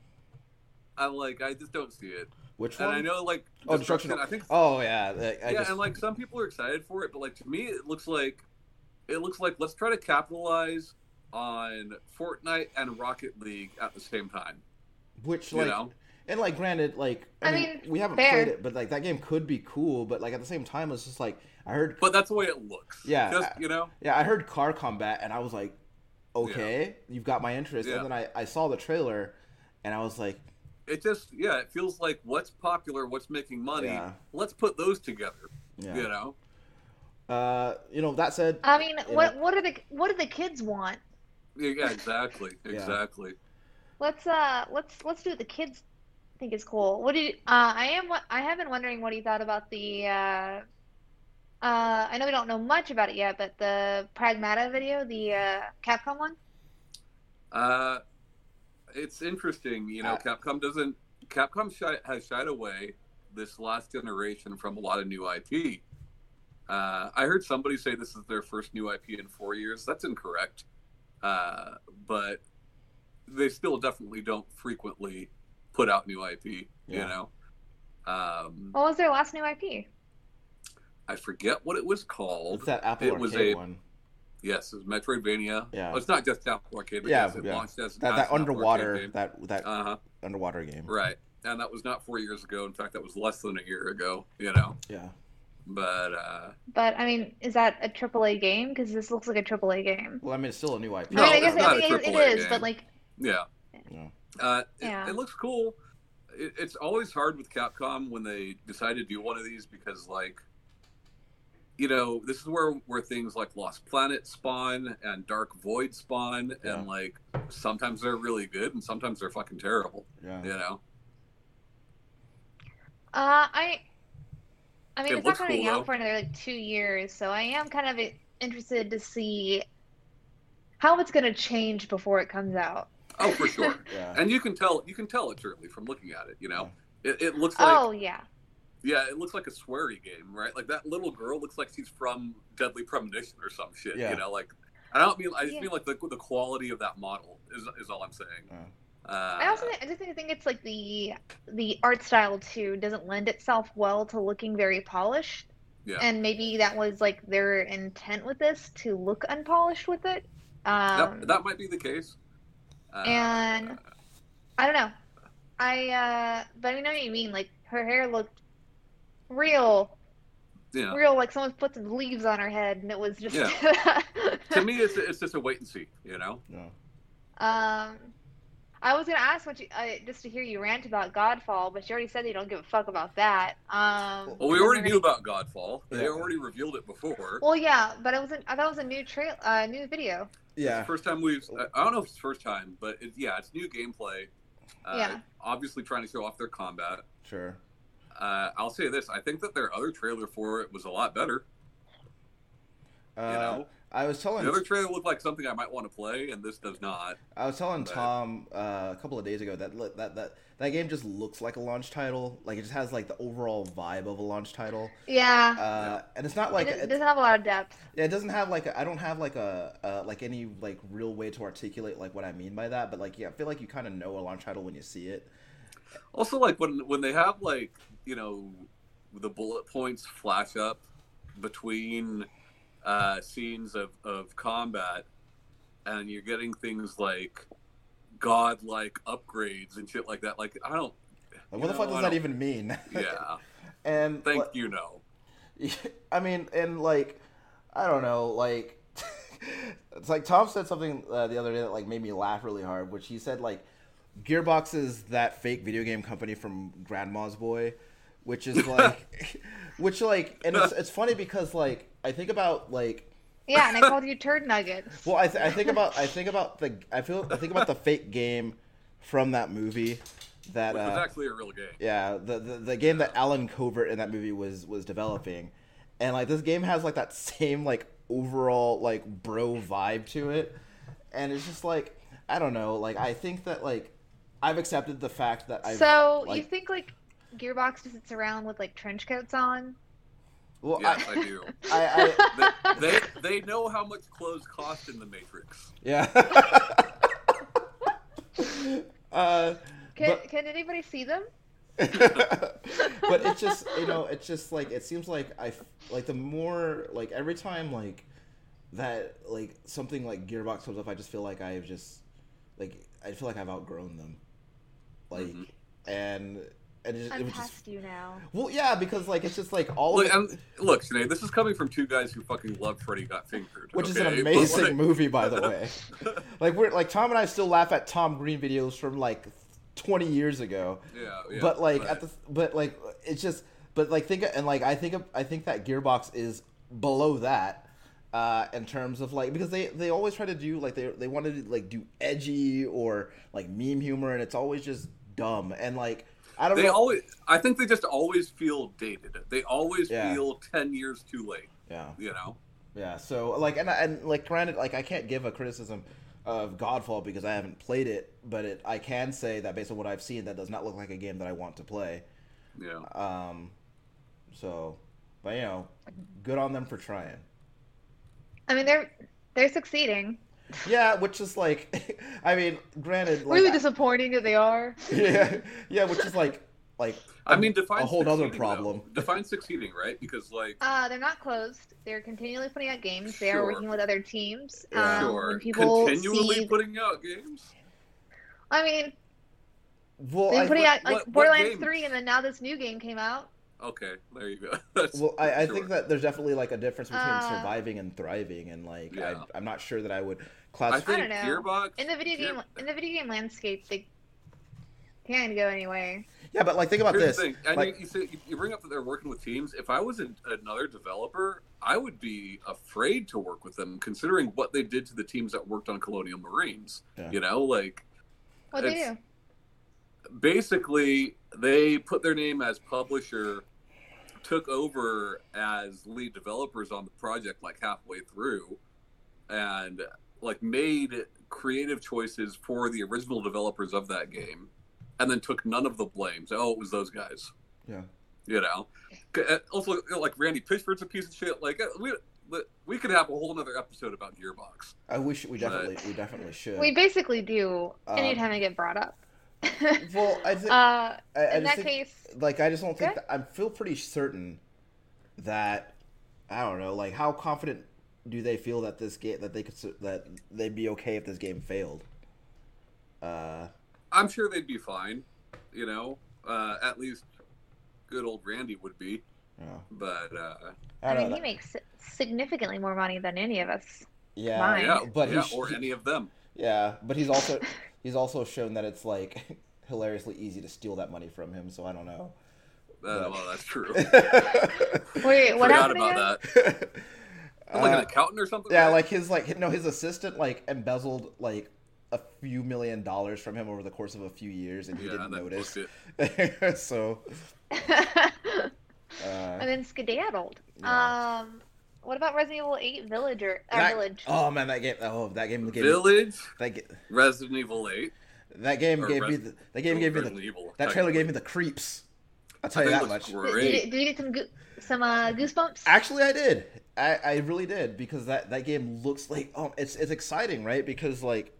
I'm like I just don't see it. Which And one? I know like oh, destruction. I think Oh yeah. I, I yeah, just- and like some people are excited for it, but like to me, it looks like it looks like let's try to capitalize on Fortnite and Rocket League at the same time. which you like know. and like granted like I, I mean, mean, we haven't fair. played it, but like that game could be cool. But like at the same time, it's just like I heard But that's the way it looks. Yeah. Just, you know. Yeah, I heard car combat, and I was like, okay, you've got my interest. Yeah. And then I I saw the trailer, and I was like, It just yeah, it feels like what's popular, what's making money. Yeah. Let's put those together. yeah. You know. Uh, you know that said, I mean, you what what are the what do the kids want? Yeah, exactly. Yeah. Exactly. Let's uh let's let's do what the kids think is cool. What do you, uh I am what I have been wondering what you thought about the uh uh I know we don't know much about it yet, but the Pragmata video, the uh Capcom one. Uh, it's interesting, you know. Uh, Capcom doesn't. Capcom shy, has shied away this last generation from a lot of new IP. Uh, I heard somebody say this is their first new IP in four years. That's incorrect, uh, but they still definitely don't frequently put out new IP. Yeah. You know, um, What was their last new IP? I forget what it was it's called. that Apple It Arcade was a- one. Yes, it was Metroidvania. Yeah. Oh, it's not just Apple Arcade. Yeah, Because it yeah. launched as That as that an Apple Arcade underwater game. that that Uh-huh. underwater game. Right. and that was not four years ago. In fact, that was less than a year ago. You know, Yeah. but uh, But I mean, is that a AAA game? Because this looks like a AAA game. Well, I mean, it's still a new IP. No, I mean, I it's guess not I a think it, it AAA is, game. but like, uh, yeah, Yeah. uh, it- Yeah. It, looks cool. It, it's always hard with Capcom when they decide to do one of these because, like, you know, this is where where things like Lost Planet spawn and Dark Void spawn, Yeah. and like sometimes they're really good and sometimes they're fucking terrible. Yeah. You know, uh, I, I mean, It it's not looks coming cool, out though. for another like two years, so I am kind of interested to see how it's going to change before it comes out. oh for sure. Yeah. and you can tell you can tell it's early from looking at it you know it, it looks like oh yeah, yeah it looks like a sweary game right like that little girl looks like she's from deadly premonition or some shit Yeah. you know like i don't mean i just Yeah. mean like the, the quality of that model is, is all i'm saying Yeah. uh, I also think, I just think, think it's like the the art style too doesn't lend itself well to looking very polished. Yeah. And maybe that was like their intent with this to look unpolished with it. Um, that, that might be the case uh, and I don't know. I uh but I know what you mean. Like her hair looked real, yeah real like someone put some leaves on her head and it was just to me it's, it's just a wait and see you know No. Um, I was gonna ask what you uh, just to hear you rant about Godfall, but you already said that you don't give a fuck about that. Um, well we I'm already gonna- knew about godfall they Yeah. already revealed it before Well, yeah, but it wasn't. I thought it was a new trail, uh, new video. Yeah. First time we've, I- I don't know if it's first time, but it, yeah, it's new gameplay. Uh, Yeah. Obviously trying to show off their combat. Sure. Uh, I'll say this I think that their other trailer for it was a lot better. Uh, know? I was telling The other trailer looked like something I might want to play, and this does not. I was telling But- Tom uh, a couple of days ago that li- that that that game just looks like a launch title. Like it just has like the overall vibe of a launch title, Yeah, uh, and it's not like it, it, doesn't have a lot of depth. it doesn't have like I don't have like a uh, like any like real way to articulate like what I mean by that. But like yeah, I feel like you kind of know a launch title when you see it. Also, like when when they have like you know the bullet points flash up between uh, scenes of of combat, and you're getting things like godlike upgrades and shit like that. Like I don't. you Like what the know, fuck I does that don't- even mean? Yeah, and thank like, you. No. I mean, and like, I don't know, like, it's like Tom said something uh, the other day that like made me laugh really hard, which he said like, Gearbox is that fake video game company from Grandma's Boy, which is like, which like, and it's it's funny because like I think about like Yeah, and I called you turd nuggets. well, I, th- I think about I think about the I feel I think about the fake game from that movie that Which uh, was actually a real game. yeah, the, the the game that Alan Covert in that movie was was developing, and like this game has like that same like overall like bro vibe to it, and it's just like I don't know, like I think that like I've accepted the fact that I so you like, think like Gearbox just sits around with like trench coats on? well Yes, I do. I, I, I They, they they know how much clothes cost in the Matrix. yeah. uh, Can but- Can anybody see them? but it's just you know it's just like it seems like i f- like the more like every time like that like something like gearbox comes up i just feel like i've just like i feel like i've outgrown them like Mhm. and and it, it I'm was just past you now. well yeah because like it's just like all Look, of it, I'm, look, Sinead, this is coming from two guys who fucking love Freddy Got Fingered. which is okay? an But, amazing like, movie by the way like we're like tom and i still laugh at tom green videos from like 20 years ago Yeah, yeah, but like right. at the but like it's just but like think and like I think of, I think that Gearbox is below that uh, in terms of like because they they always try to do like they they want to like do edgy or like meme humor and it's always just dumb and like I don't they know always, I think they just always feel dated. They always Yeah. feel ten years too late. yeah You know, yeah so like and and like granted like I can't give a criticism of Godfall because I haven't played it but it I can say that based on what I've seen that does not look like a game that I want to play yeah. um so but you know good on them for trying. I mean, they're they're succeeding. Yeah, which is like, I mean, granted, like, really disappointing that they are. yeah, yeah, which is like, like, I mean, define a whole other succeeding, though. problem. Define succeeding, right? Because like, Uh, they're not closed. They're continually putting out games. They are Sure. working with other teams. Yeah. Um, sure, When people continually see, putting out games. I mean, Well, They I, put it out like what- what Borderlands games? Three, and then now this new game came out. Okay, there you go. That's well, I, I sure. think that there's definitely like a difference between Uh, surviving and thriving, and like Yeah. I, I'm not sure that I would I classify. don't think know. Gearbox In the video Gear- game, in the video game landscape, they can go anywhere. yeah, but like think about Here's this. the thing. And like- you, you, say, you bring up that they're working with teams. If I was an, another developer, I would be afraid to work with them, considering what they did to the teams that worked on Colonial Marines. Yeah. You know, like What they It's- do? basically they put their name as publisher, took over as lead developers on the project like halfway through, and like made creative choices for the original developers of that game, and then took none of the blame. So, oh, it was those guys. Yeah, you know. C- uh, Also, you know, like Randy Pitchford's a piece of shit. Like uh, we we could have a whole nother episode about Gearbox. I wish we But- definitely we definitely should. We basically do Um, anytime I get brought up. well, I think uh, I, I in just that think, case, like I just don't think Okay. that, I feel pretty certain that I don't know like how confident do they feel that this game that they could su- that they'd be okay if this game failed. Uh, I'm sure they'd be fine, you know. Uh, at least good old Randy would be. you know, But uh, I, I don't mean, know. he makes significantly more money than any of us. yeah, Mine. yeah, but yeah, he sh- or any of them. yeah, but he's also he's also shown that it's like hilariously easy to steal that money from him. So I don't know. Uh, well, that's true. Wait, what Forgot happened about again? that. like an Uh, accountant or something. Yeah, right? like his like no, his assistant like embezzled like a few million dollars from him over the course of a few years, and he yeah, didn't and then notice. booked so, uh, and then skedaddled. Yeah. Um, what about Resident Evil Eight Villager? Uh, that- Village. oh man, that game. Oh, that game it. gave me, Village, that, ge- Resident Evil Eight. that game Or gave me Res- the, that game gave me Resident the Evil. that trailer gave me the creeps. I'll tell you That that much. looks Did- great. Did, you, did you get some goo- some uh, goosebumps? Actually, I did. I, I really did because that, that game looks like oh, it's it's exciting, right? Because like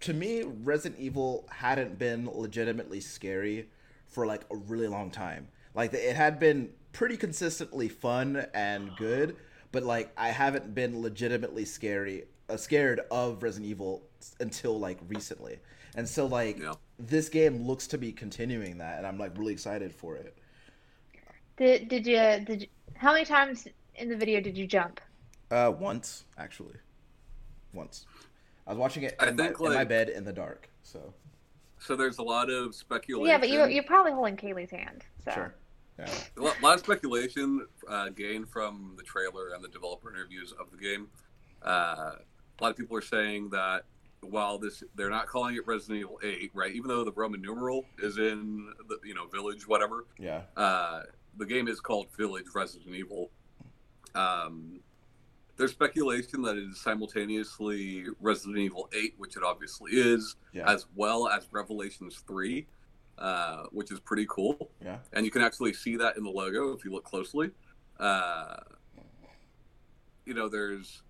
to me, Resident Evil hadn't been legitimately scary for like a really long time. Like it had been pretty consistently fun and good, but like I haven't been legitimately scary uh, scared of Resident Evil s- until like recently. And so like Yeah. this game looks to be continuing that, and I'm like really excited for it. Did did you did you, how many times in the video did you jump? Uh, once actually, once. I was watching it I in, my, think, in my like- bed in the dark. So So there's a lot of speculation. Yeah, but you you're probably holding Kaylee's hand. So sure, yeah, A lot lot of speculation uh, gained from the trailer and the developer interviews of the game. Uh, a lot of people are saying that while this, they're not calling it Resident Evil Eight, right? Even though the Roman numeral is in the you know Village, whatever. yeah. Uh, the game is called Village Resident Evil. Um, there's speculation that it is simultaneously Resident Evil Eight, which it obviously is, Yeah. as well as Revelations Three, uh, which is pretty cool Yeah. and you can actually see that in the logo if you look closely. Uh, you know, there's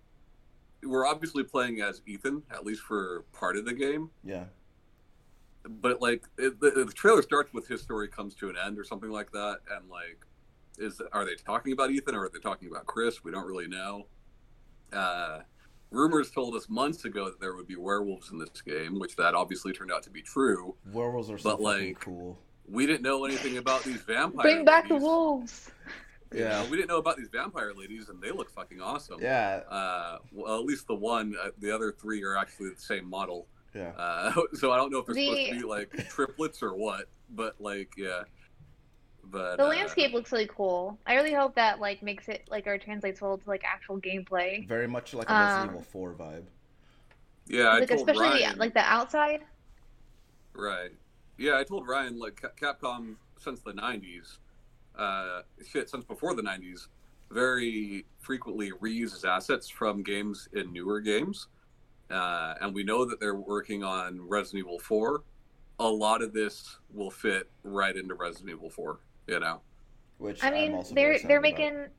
we're obviously playing as Ethan at least for part of the game, Yeah. but like it, the, the trailer starts with his story comes to an end or something like that, and like is are they talking about Ethan or are they talking about Chris? We don't really know. Uh, rumors told us months ago that there would be werewolves in this game, which that obviously turned out to be true. Werewolves are so But, fucking like, cool. We didn't know anything about these vampires. bring back the wolves. wolves. Yeah, Yeah. we didn't know about these vampire ladies, and they look fucking awesome. Yeah. Uh, well, at least the one. Uh, the other three are actually the same model. Yeah. Uh, so I don't know if they're supposed The- to be like triplets or what, but like, yeah. But The uh, landscape looks really cool. I really hope that like makes it like or translates well to like actual gameplay. Very much like a Resident Um, Evil Four vibe. Yeah, I like told especially the- Ryan. like the outside. Right. Yeah, I told Ryan like Cap- Capcom since the '90s, uh, shit, since before the '90s, very frequently reuses assets from games in newer games, uh, and we know that they're working on Resident Evil 4. A lot of this will fit right into Resident Evil 4. You know, Which I I'm mean, also very they're they're excited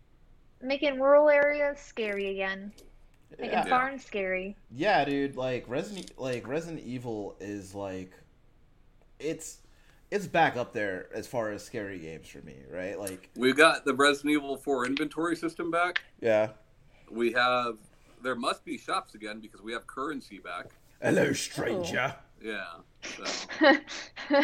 making making rural areas scary again. about. Making Yeah. farms scary. Yeah, dude, like Resident like Resident Evil is like it's it's back up there as far as scary games for me, right? Like we got the Resident Evil 4 inventory system back. yeah. We have Oh. there must be shops again because we have currency back. Hello, stranger. Yeah. So,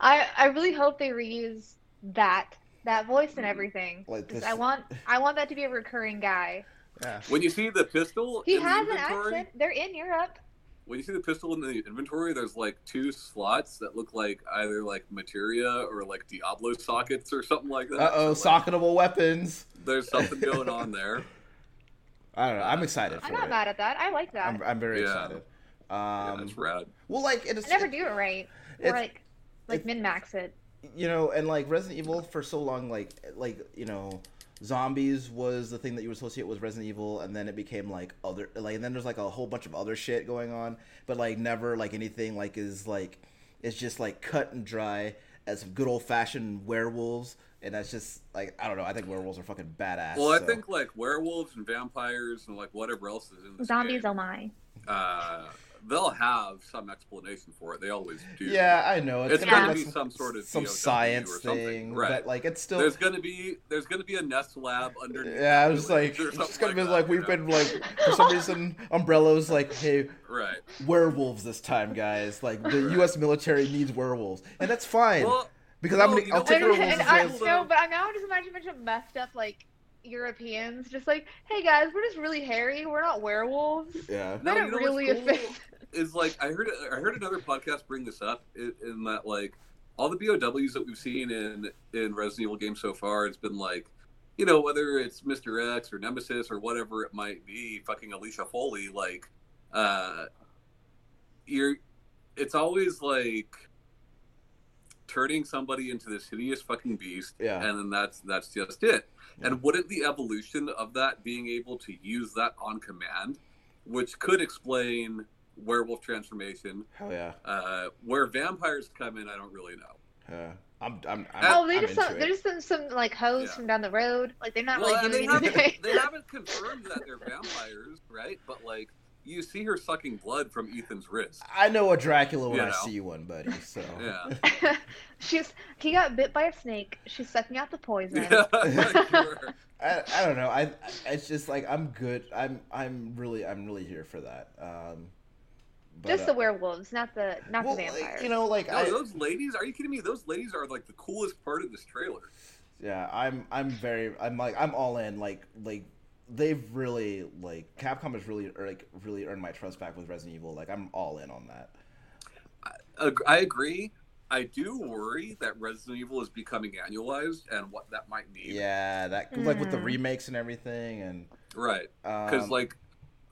I I really hope they reuse that that voice and everything. Mm-hmm. Like 'cause this- I want I want that to be a recurring guy. Yeah. when you see the pistol, He in the has an inventory- accent. They're in Europe. When you see the pistol in the inventory, there's like two slots that look like either like materia or like Diablo sockets or something like that. Uh oh, So, like, socketable weapons. There's something going on there. I don't know. I'm excited for I'm not it. mad at that. I like that. I'm, I'm very Yeah. excited. Yeah, Um, that's rad. well, like it's I never do it right. Or It's- like like it's- min max it. you know, and like Resident Evil for so long, like like you know, zombies was the thing that you would associate with Resident Evil, and then it became like other like, and then there's like a whole bunch of other shit going on, but like never like anything like is like it's just like cut and dry as good old fashioned werewolves, and that's just like I don't know. I think werewolves are fucking badass. Well, I so- think like werewolves and vampires and like whatever else is in this Zombies, game, oh my. uh, they'll have some explanation for it. They always do. Yeah, I know It's gonna be some sort of some DOW or science something, thing, right. but like it's still There's gonna be there's gonna be a nest lab underneath. Yeah, I was like, village or it's something gonna be that, like you we've know? been like for some reason Umbrella's like, hey, right. werewolves this time, guys. Like the U.S. military needs werewolves, and that's fine Well, because well, I'm gonna, you know I'll And, take what? werewolves. and I, As, Although- no, but I now just imagine a bunch of messed up like Europeans, just like, hey guys, we're just really hairy. We're not werewolves. yeah, No, That you know what's really cool? offends. is like I heard I heard another podcast bring this up in, in that like all the BOWs that we've seen in in Resident Evil games so far, it's been like you know whether it's Mr. X or Nemesis or whatever it might be, fucking Alicia Foley, like uh, you're it's always like turning somebody into this hideous fucking beast yeah, and then that's that's just it. Yeah. And wouldn't the evolution of that being able to use that on command, which could explain werewolf transformation, hell yeah, uh, where vampires come in, I don't really know. yeah. I'm, I'm, I'm Oh, they I'm just into some, it. they're just some, some like hoes Yeah. from down the road. Like they're not Well, really and they doing haven't, anything. they haven't confirmed that they're vampires, right? But like, you see her sucking blood from Ethan's wrist. I know a Dracula when You I know. see one, buddy. So Yeah. She's he got bit by a snake. She's sucking out the poison. Yeah, sure. I, I don't know. I, I- it's just like I'm good. I'm, I'm really, I'm really here for that. Um, but, just uh, the werewolves, not the not well, the like, vampires. you know, like No, I, those ladies? Are you kidding me? Those ladies are like the coolest part of this trailer. Yeah, I'm I'm very I'm like I'm all in. Like like they've really like Capcom has really er, like really earned my trust back with Resident Evil. Like I'm all in on that. Ag- I agree. I do worry that Resident Evil is becoming annualized and what that might mean. Yeah, that like with the Mm. remakes and everything and Right. Because, um, like,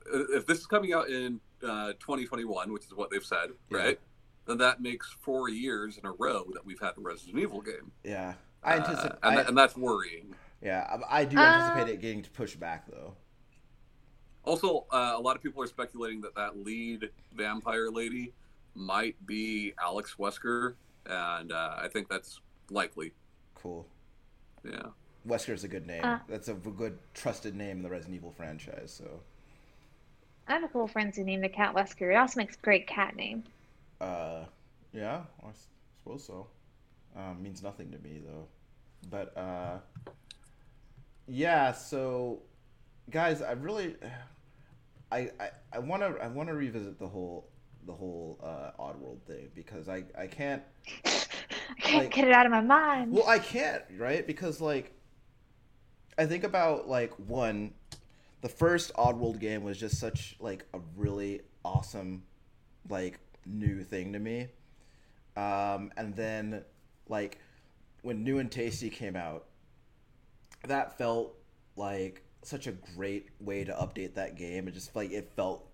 i- if this is coming out in uh, 2021, which is what they've said, Yeah. right? Then that makes four years in a row that we've had a Resident Evil game. yeah, I Uh, anticipate and, tha- and that's worrying. yeah I, I do Uh, anticipate it getting pushed back though. Also, uh, a lot of people are speculating that that lead vampire lady might be Alex Wesker, and uh, I think that's likely. Cool. Yeah. Wesker's a good name. Uh. That's a good trusted name in the Resident Evil franchise. So I have a couple friends who named the cat Wesker. It also makes a great cat name. uh, yeah, I s- suppose so. Um, means nothing to me though. But uh, yeah, so guys, I really, I I- I want to I want to revisit the whole the whole uh, Oddworld thing because I I can't I can't Like- get it out of my mind. well I can't right because like I think about like one, the first Oddworld game was just such like a really awesome like new thing to me, um, and then like when New and Tasty came out, that felt like such a great way to update that game. It just like it felt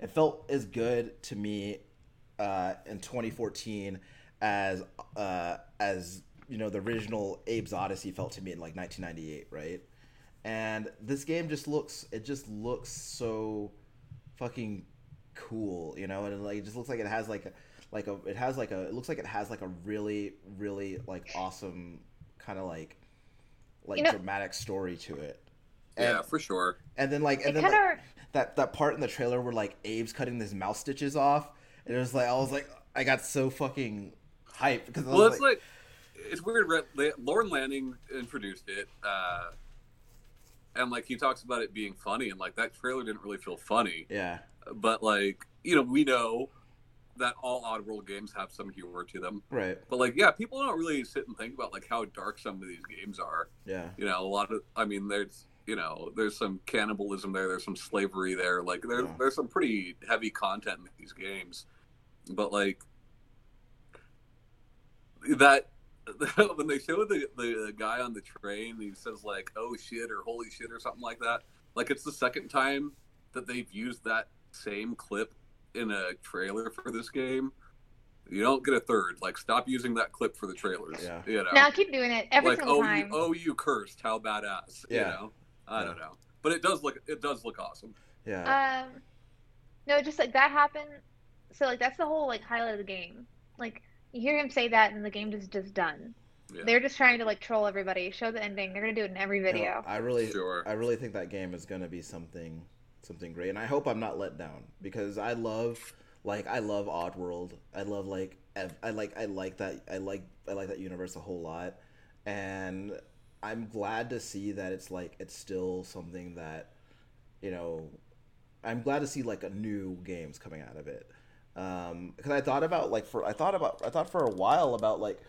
it felt as good to me uh, in 2014 as uh, as you know the original Abe's Odyssey felt to me in like 1998, right? And this game just looks it just looks so fucking cool, you know, and it, like it just looks like it has like a like a it has like a it looks like it has like a really really like awesome kind of like like You know- dramatic story to it. Yeah, And- for sure. and then like, and it then kind like, of that that part in the trailer where like Abe's cutting his mouth stitches off, and it was like I was like I got so fucking hyped because I Well, was it's like, it's weird. right? La- Lauren Lanning introduced it, uh, and like he talks about it being funny, and like that trailer didn't really feel funny. yeah, But like you know, we know that all Oddworld games have some humor to them. Right. But like, yeah, people don't really sit and think about like how dark some of these games are. Yeah. You know, a lot of I mean, there's you know, there's some cannibalism there, there's some slavery there, like there Yeah. there's some pretty heavy content in these games. But like that when they show the, the guy on the train he says like oh shit or holy shit or something like that like it's the second time that they've used that same clip in a trailer for this game you don't get a third like stop using that clip for the trailers Yeah. you know Now keep doing it every like single oh you, time. oh you cursed how badass you Yeah. know i Yeah. don't know but it does look it does look awesome Yeah. Um, no, just like that happened. So like that's the whole like highlight of the game. Like you hear him say that, and the game is just done. Yeah. They're just trying to like troll everybody, show the ending. They're gonna do it in every No, video. I really sure I really think that game is gonna be something something great, and I hope I'm not let down because I love like I love Oddworld. I love like ev- I like I like that I like I like that universe a whole lot, and I'm glad to see that it's like it's still something that you know I'm glad to see like a new games coming out of it. Um, because I thought about like for I thought about I thought for a while about like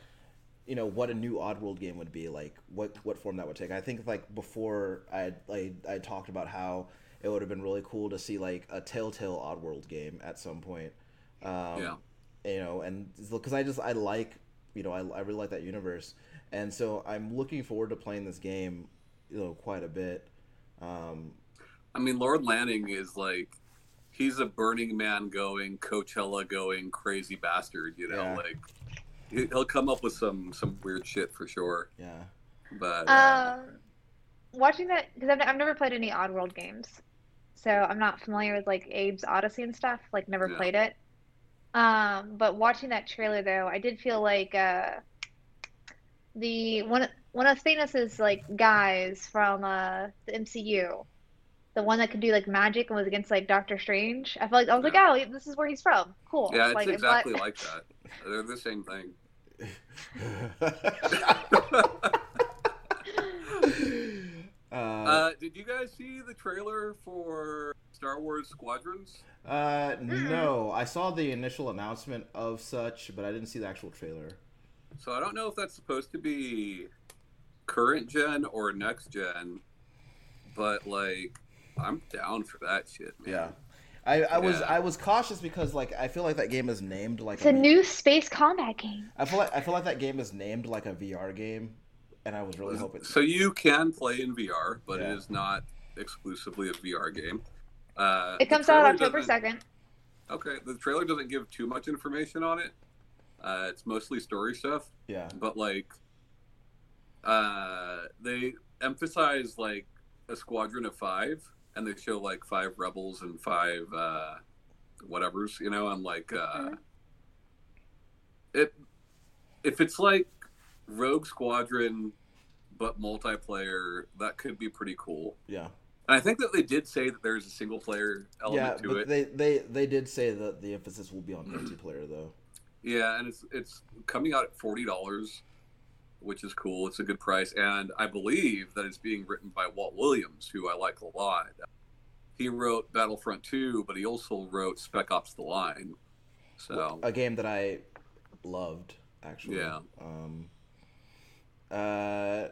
you know what a new Oddworld game would be like, what what form that would take. I think like before I I, I talked about how it would have been really cool to see like a Telltale Oddworld game at some point. Um, Yeah. You know, and because I just I like you know I I really like that universe, and so I'm looking forward to playing this game, you know, quite a bit. Um, I mean, Lord Lanning is like he's a Burning Man going, Coachella going, crazy bastard. You know, Yeah. like he- he'll come up with some some weird shit for sure. yeah. But uh, Um, watching that because I've, I've never played any Oddworld games, so I'm not familiar with like Abe's Odyssey and stuff. Like never Yeah. played it. Um, but watching that trailer though, I did feel like uh, the one one of Thanos's like guys from uh, the MCU, the one that could do like magic and was against like Doctor Strange. I felt like I was like, oh, this is where he's from. Cool. uh, yeah, it's Like, I'm glad- exactly like that. They're the same thing. uh, Uh, did you guys see the trailer for Star Wars Squadrons? uh, no, I saw the initial announcement of such, but I didn't see the actual trailer. So I don't know if that's supposed to be current gen or next gen, but like I'm down for that shit, man. Yeah. I, I was Yeah. I was cautious because like I feel like that game is named like It's a V- new space combat game. I feel like I feel like that game is named like a VR game, and I was really hoping. So you can play in VR, but Yeah. it is not exclusively a VR game. Uh, It the comes out trailer October doesn't- 2nd. Okay, the trailer doesn't give too much information on it. Uh, it's mostly story stuff, Yeah, but like uh, they emphasize like a squadron of five, and they show like five rebels and five uh, whatever's, you know, and like uh, Mhm. it if it's like Rogue Squadron but multiplayer, that could be pretty cool. yeah, And I think that they did say that there's a single player yeah. element to But it. they they they did say that the emphasis will be on multiplayer though. Yeah, and it's it's coming out at forty dollars, which is cool. It's a good price, and I believe that it's being written by Walt Williams, who I like a lot. He wrote Battlefront Two, but he also wrote Spec Ops: The Line. So A game that I loved actually. Yeah. Um. Uh,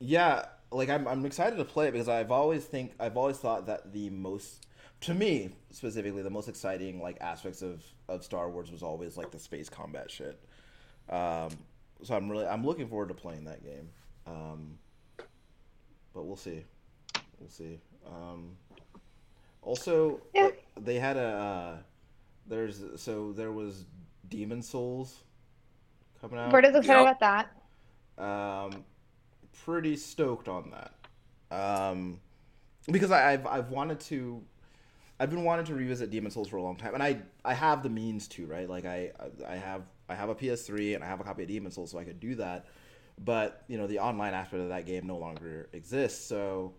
yeah. Like I'm I'm excited to play it because I've always think I've always thought that the most to me specifically the most exciting like aspects of of Star Wars was always like the space combat shit. Um. So I'm really I'm looking forward to playing that game. Um. But we'll see. We'll see. Um. Also, Yeah. like, they had a. Uh, there's so there was Demon Souls coming out. Bird is excited Yep. about that. Um, pretty stoked on that. Um, because I, I've I've wanted to, I've been wanting to revisit Demon Souls for a long time, and I I have the means to right. Like I I have I have a PS3 and I have a copy of Demon Souls, so I could do that. But you know the online aspect of that game no longer exists, so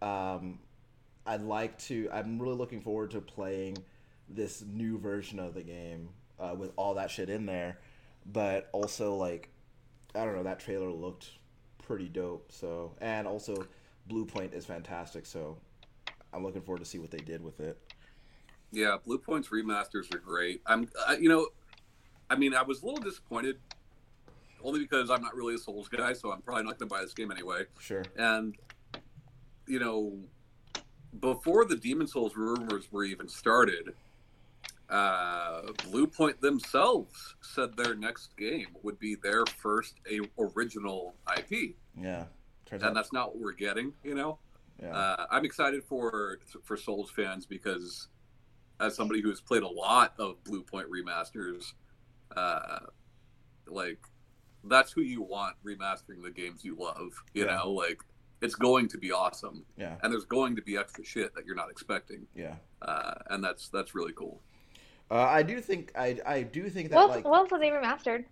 um, I'd like to. I'm really looking forward to playing this new version of the game uh, with all that shit in there, but also like I don't know, that trailer looked pretty dope. So, and also Blue Point is fantastic. So, I'm looking forward to see what they did with it. Yeah, Blue Point's remasters are great. I'm, I, you know, I mean, I was a little disappointed, only because I'm not really a Souls guy, so I'm probably not going to buy this game anyway. Sure. And, you know, before the Demon Souls rumors were even started, uh, Blue Point themselves said their next game would be their first a, original IP, Yeah. Turns and out. that's not what we're getting. You know, Yeah. uh, I'm excited for for Souls fans because, as somebody who has played a lot of Blue Point remasters, uh, like that's who you want remastering the games you love. You Yeah. know, like it's going to be awesome, yeah. and there's going to be extra shit that you're not expecting, Yeah. uh, and that's that's really cool. Uh, I do think I I do think that Well, like well, so they remastered.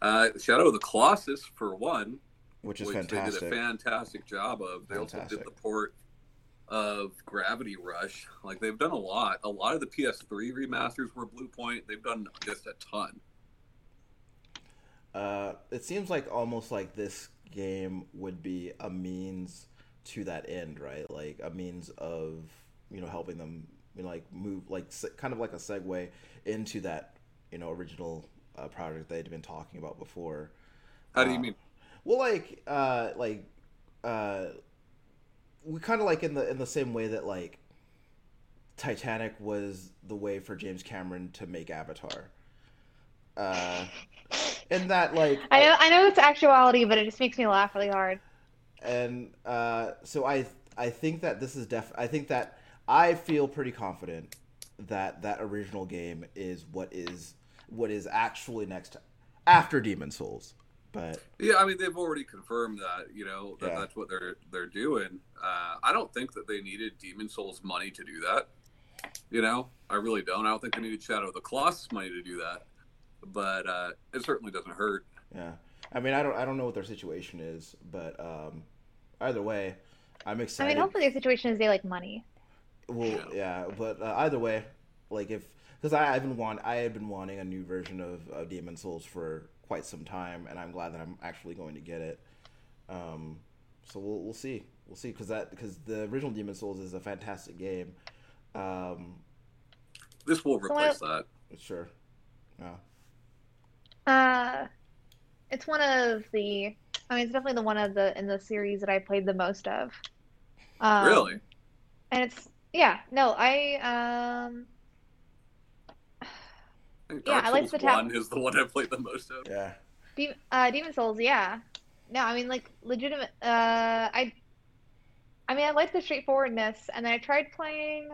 Uh, Shadow of the Colossus for one, which is which they fantastic. did a fantastic job of. They also Fantastic. did the port of Gravity Rush. Like they've done a lot. A lot of the PS3 remasters were Blue Point. They've done just a ton. Uh, it seems like almost like this game would be a means to that end, right? Like a means of you know helping them you know, like move like se- kind of like a segue into that you know original uh, project they'd been talking about before. How do you Uh, mean? Well, like, uh, like, uh, we kind of like in the in the same way that like Titanic was the way for James Cameron to make Avatar. Uh, and that like, I know, I know it's actuality, but it just makes me laugh really hard. and uh, so I I think that this is def. I think that I feel pretty confident that that original game is what is what is actually next after Demon Souls, but Yeah, I mean they've already confirmed that. You know that Yeah. that's what they're they're doing. Uh, I don't think that they needed Demon Souls money to do that. You know, I really don't. I don't think they needed Shadow of the Colossus money to do that. But uh, it certainly doesn't hurt. Yeah, I mean, I don't, I don't know what their situation is, but um, either way, I'm I mean, excited. hopefully the situation is they like money. well, yeah, but uh, either way, like if because I, I've been want, I have been wanting a new version of, of Demon Souls for quite some time, and I'm glad that I'm actually going to get it. Um, so we'll we'll see, we'll see, because that because the original Demon Souls is a fantastic game. Um, This will So I- replace that. sure, yeah, Uh, it's one of the. I mean, it's definitely the one of the in the series that I played the most of. Um, really? And it's yeah, no, I um, think Yeah, Dark I like Souls the tap- One is the one I played the most of. yeah, De- uh, Demon Souls, yeah. No, I mean like legitimate. Uh, I, I mean, I like the straightforwardness, and then I tried playing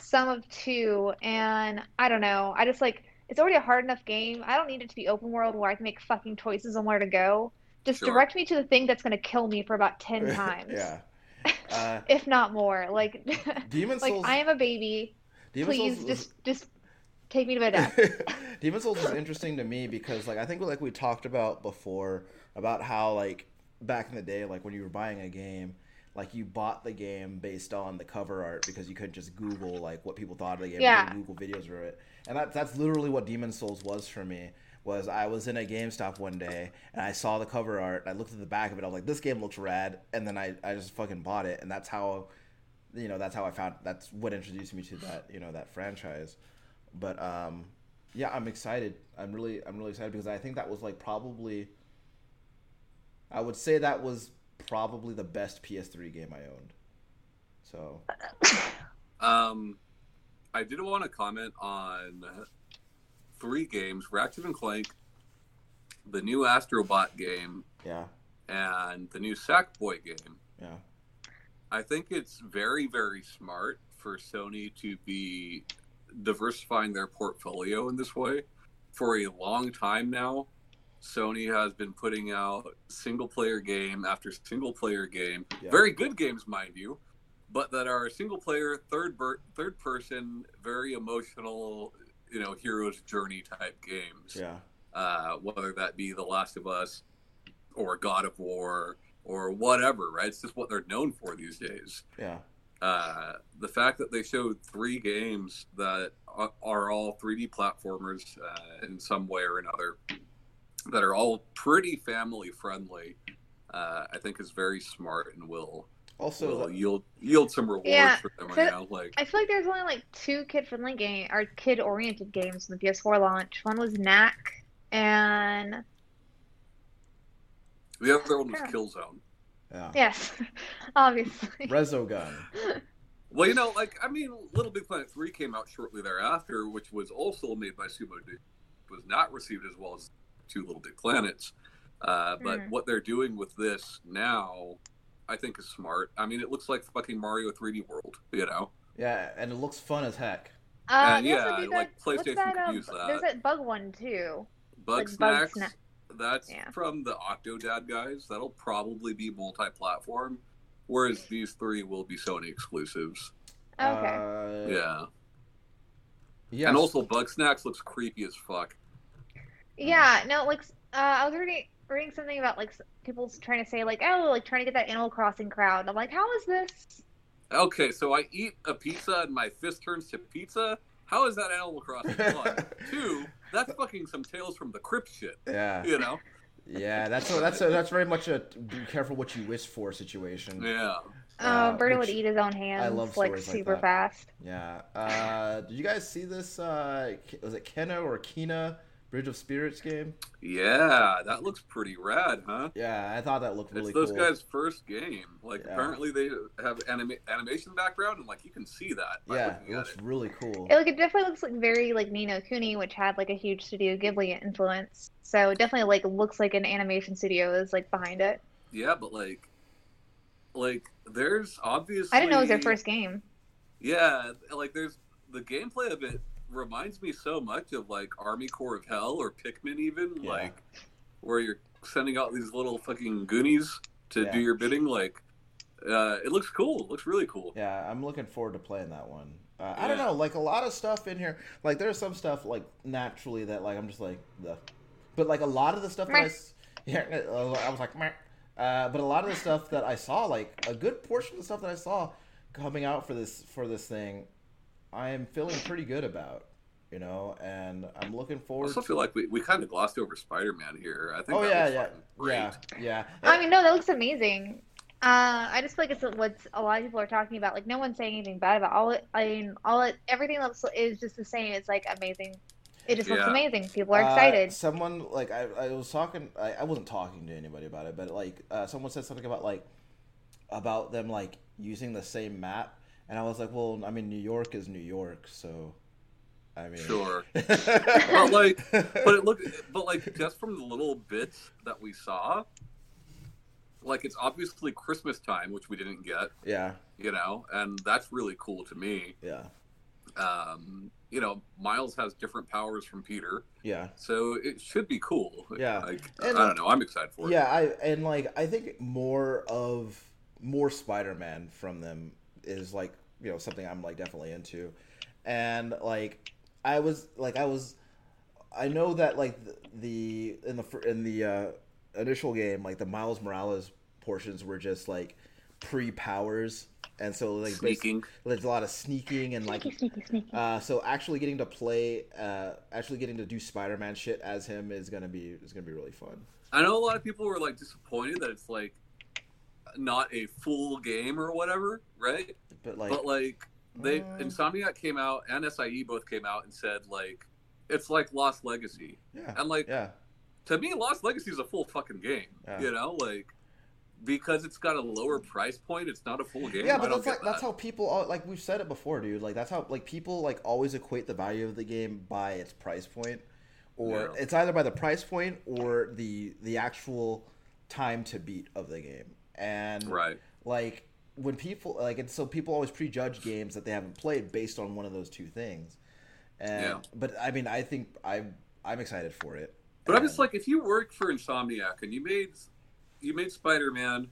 some of two, and I don't know. I just like it's already a hard enough game. I don't need it to be open world where I can make fucking choices on where to go. Just Sure. direct me to the thing that's gonna kill me for about ten times, yeah. Uh, if not more. Like, Demon like Souls, I am a baby. Demon Please Souls was- just just take me to my death. Demon Souls is interesting to me because like I think like we talked about before about how like back in the day like when you were buying a game like you bought the game based on the cover art because you couldn't just Google like what people thought of the game. You Yeah. couldn't Google videos of it, and that, that's literally what Demon Souls was for me. Was I was in a GameStop one day and I saw the cover art and I looked at the back of it. I was like, this game looks rad, and then I, I just fucking bought it, and that's how, you know, that's how I found that's what introduced me to that you know that franchise but um yeah i'm excited i'm really i'm really excited because i think that was like probably i would say that was probably the best ps3 game i owned so Um, I did want to comment on three games: Ratchet and Clank, the new Astrobot game, yeah and the new Sackboy game. yeah I think it's very, very smart for Sony to be diversifying their portfolio in this way. For a long time now, Sony has been putting out single player game after single player game. Yeah. Very good games, mind you, but that are single player, third ber- third person, very emotional, you know, hero's journey type games yeah uh, whether that be The Last of Us or God of War or whatever, right? It's just what they're known for these days. yeah Uh, the fact that they showed three games that are, are all 3D platformers uh, in some way or another that are all pretty family friendly, uh, I think is very smart and will Also, will the- yield yield some rewards Yeah, for them right so- now. Like I feel like there's only like two kid-friendly game or kid-oriented games in the PS4 launch. One was Knack, and the other one was Yeah. Killzone. yeah. yes, obviously. Resogun. Well, you know, like I mean, Little Big Planet three came out shortly thereafter, which was also made by Sumo. Du- Was not received as well as Two Little Big Planets, uh, but Hmm. what they're doing with this now, I think is smart. I mean, it looks like fucking Mario 3D World, you know. Yeah, and it looks fun as heck. Uh, And they also yeah, do like, what's PlayStation that, could um, use that. There's that bug one too. Bug Like Bug Snacks. Sna- that's Yeah. from the Octodad guys. That'll probably be multi-platform, whereas these three will be Sony exclusives. Okay. Uh, yeah, Yes. and also Bug Snacks looks creepy as fuck. Yeah, no, like s- uh, I was reading reading something about like s- people s- trying to say like, oh, like trying to get that Animal Crossing crowd. I'm like, how is this? Okay, so I eat a pizza and my fist turns to pizza. How is that Animal Crossing? One, two. That's fucking some Tales from the Crypt shit. Yeah. You know? Yeah, that's a, that's a, that's very much a be careful what you wish for situation. Yeah. Uh, Uh, Birdo which- would eat his own hands love like stories like super that. fast. Yeah. Uh, did you guys see this? Uh, K- was it Kena or Kena Bridge of Spirits game? Yeah, that looks pretty rad, huh? Yeah, I thought that looked really it's those cool. guys' first game. Like, Yeah. apparently they have anima- animation background, and like you can see that. By yeah, looking it at looks really cool. It, like it definitely looks like very like Ni no Kuni, which had like a huge Studio Ghibli influence. So it definitely like looks like an animation studio is like behind it. Yeah, but like, like there's obviously. I didn't know it was their first game. Yeah, like there's the gameplay of it reminds me so much of like Army Corps of Hell or Pikmin, even Yeah. like where you're sending out these little fucking goonies to Yeah. do your bidding. Like, uh, it looks cool. It looks really cool. Yeah, I'm looking forward to playing that one. Uh, I don't Yeah. know, like a lot of stuff in here. Like there's some stuff like naturally that like I'm just like the, but like a lot of the stuff that I, Meh. s- yeah, uh, I was like, Meh. uh, but a lot of the stuff that I saw, like a good portion of the stuff that I saw coming out for this for this thing, I am feeling pretty good about, you know, and I'm looking I forward. also feel like we, we kind of glossed over Spider Man here. I think. oh that yeah, was yeah, fucking great. yeah, yeah. I mean, no, that looks amazing. Uh, I just feel like it's what a lot of people are talking about. Like, no one's saying anything bad about all it. I mean, all it, everything else is just the same. It's like amazing. It just looks Yeah. amazing. People are Uh, excited. someone like I, I was talking. I, I wasn't talking to anybody about it, but like uh, someone said something about like about them like using the same map, and I was like, well, I mean, New York is New York, so I mean, Sure. but But like, but it looked but like just from the little bits that we saw like it's obviously christmas time which we didn't get yeah, you know and that's really cool to me yeah, um you know miles has different powers from peter yeah. so it should be cool Yeah. like, And- i don't know i'm excited for it Yeah, I and like I think more of more Spider-Man from them is like you know something I'm like definitely into, and like I was like I was, I know that like the, the in the fir- in the uh, initial game like the Miles Morales portions were just like pre-powers, and so like basi- sneaking there's a lot of sneaking and like sneaky, sneaky, sneaky. uh, so actually getting to play uh, actually getting to do Spider-Man shit as him is gonna be is gonna be really fun. i know a lot of people were like disappointed that it's like not a full game or whatever right But like. but like they Uh, Mm. Insomniac came out and SIE both came out and said like it's like Lost Legacy. yeah. And like Yeah, to me Lost Legacy is a full fucking game. Yeah. You know, like because it's got a lower price point, it's not a full game. yeah, I but don't that's like, get that's that. how people all, like we've said it before, dude. Like that's how like people like always equate the value of the game by its price point, or Yeah. it's either by the price point or the the actual time to beat of the game. And right. like when people like and so people always prejudge games that they haven't played based on one of those two things. And Yeah. but I mean, I think I I'm excited for it. But I'm just And- like if you work for Insomniac and you made you made Spider Man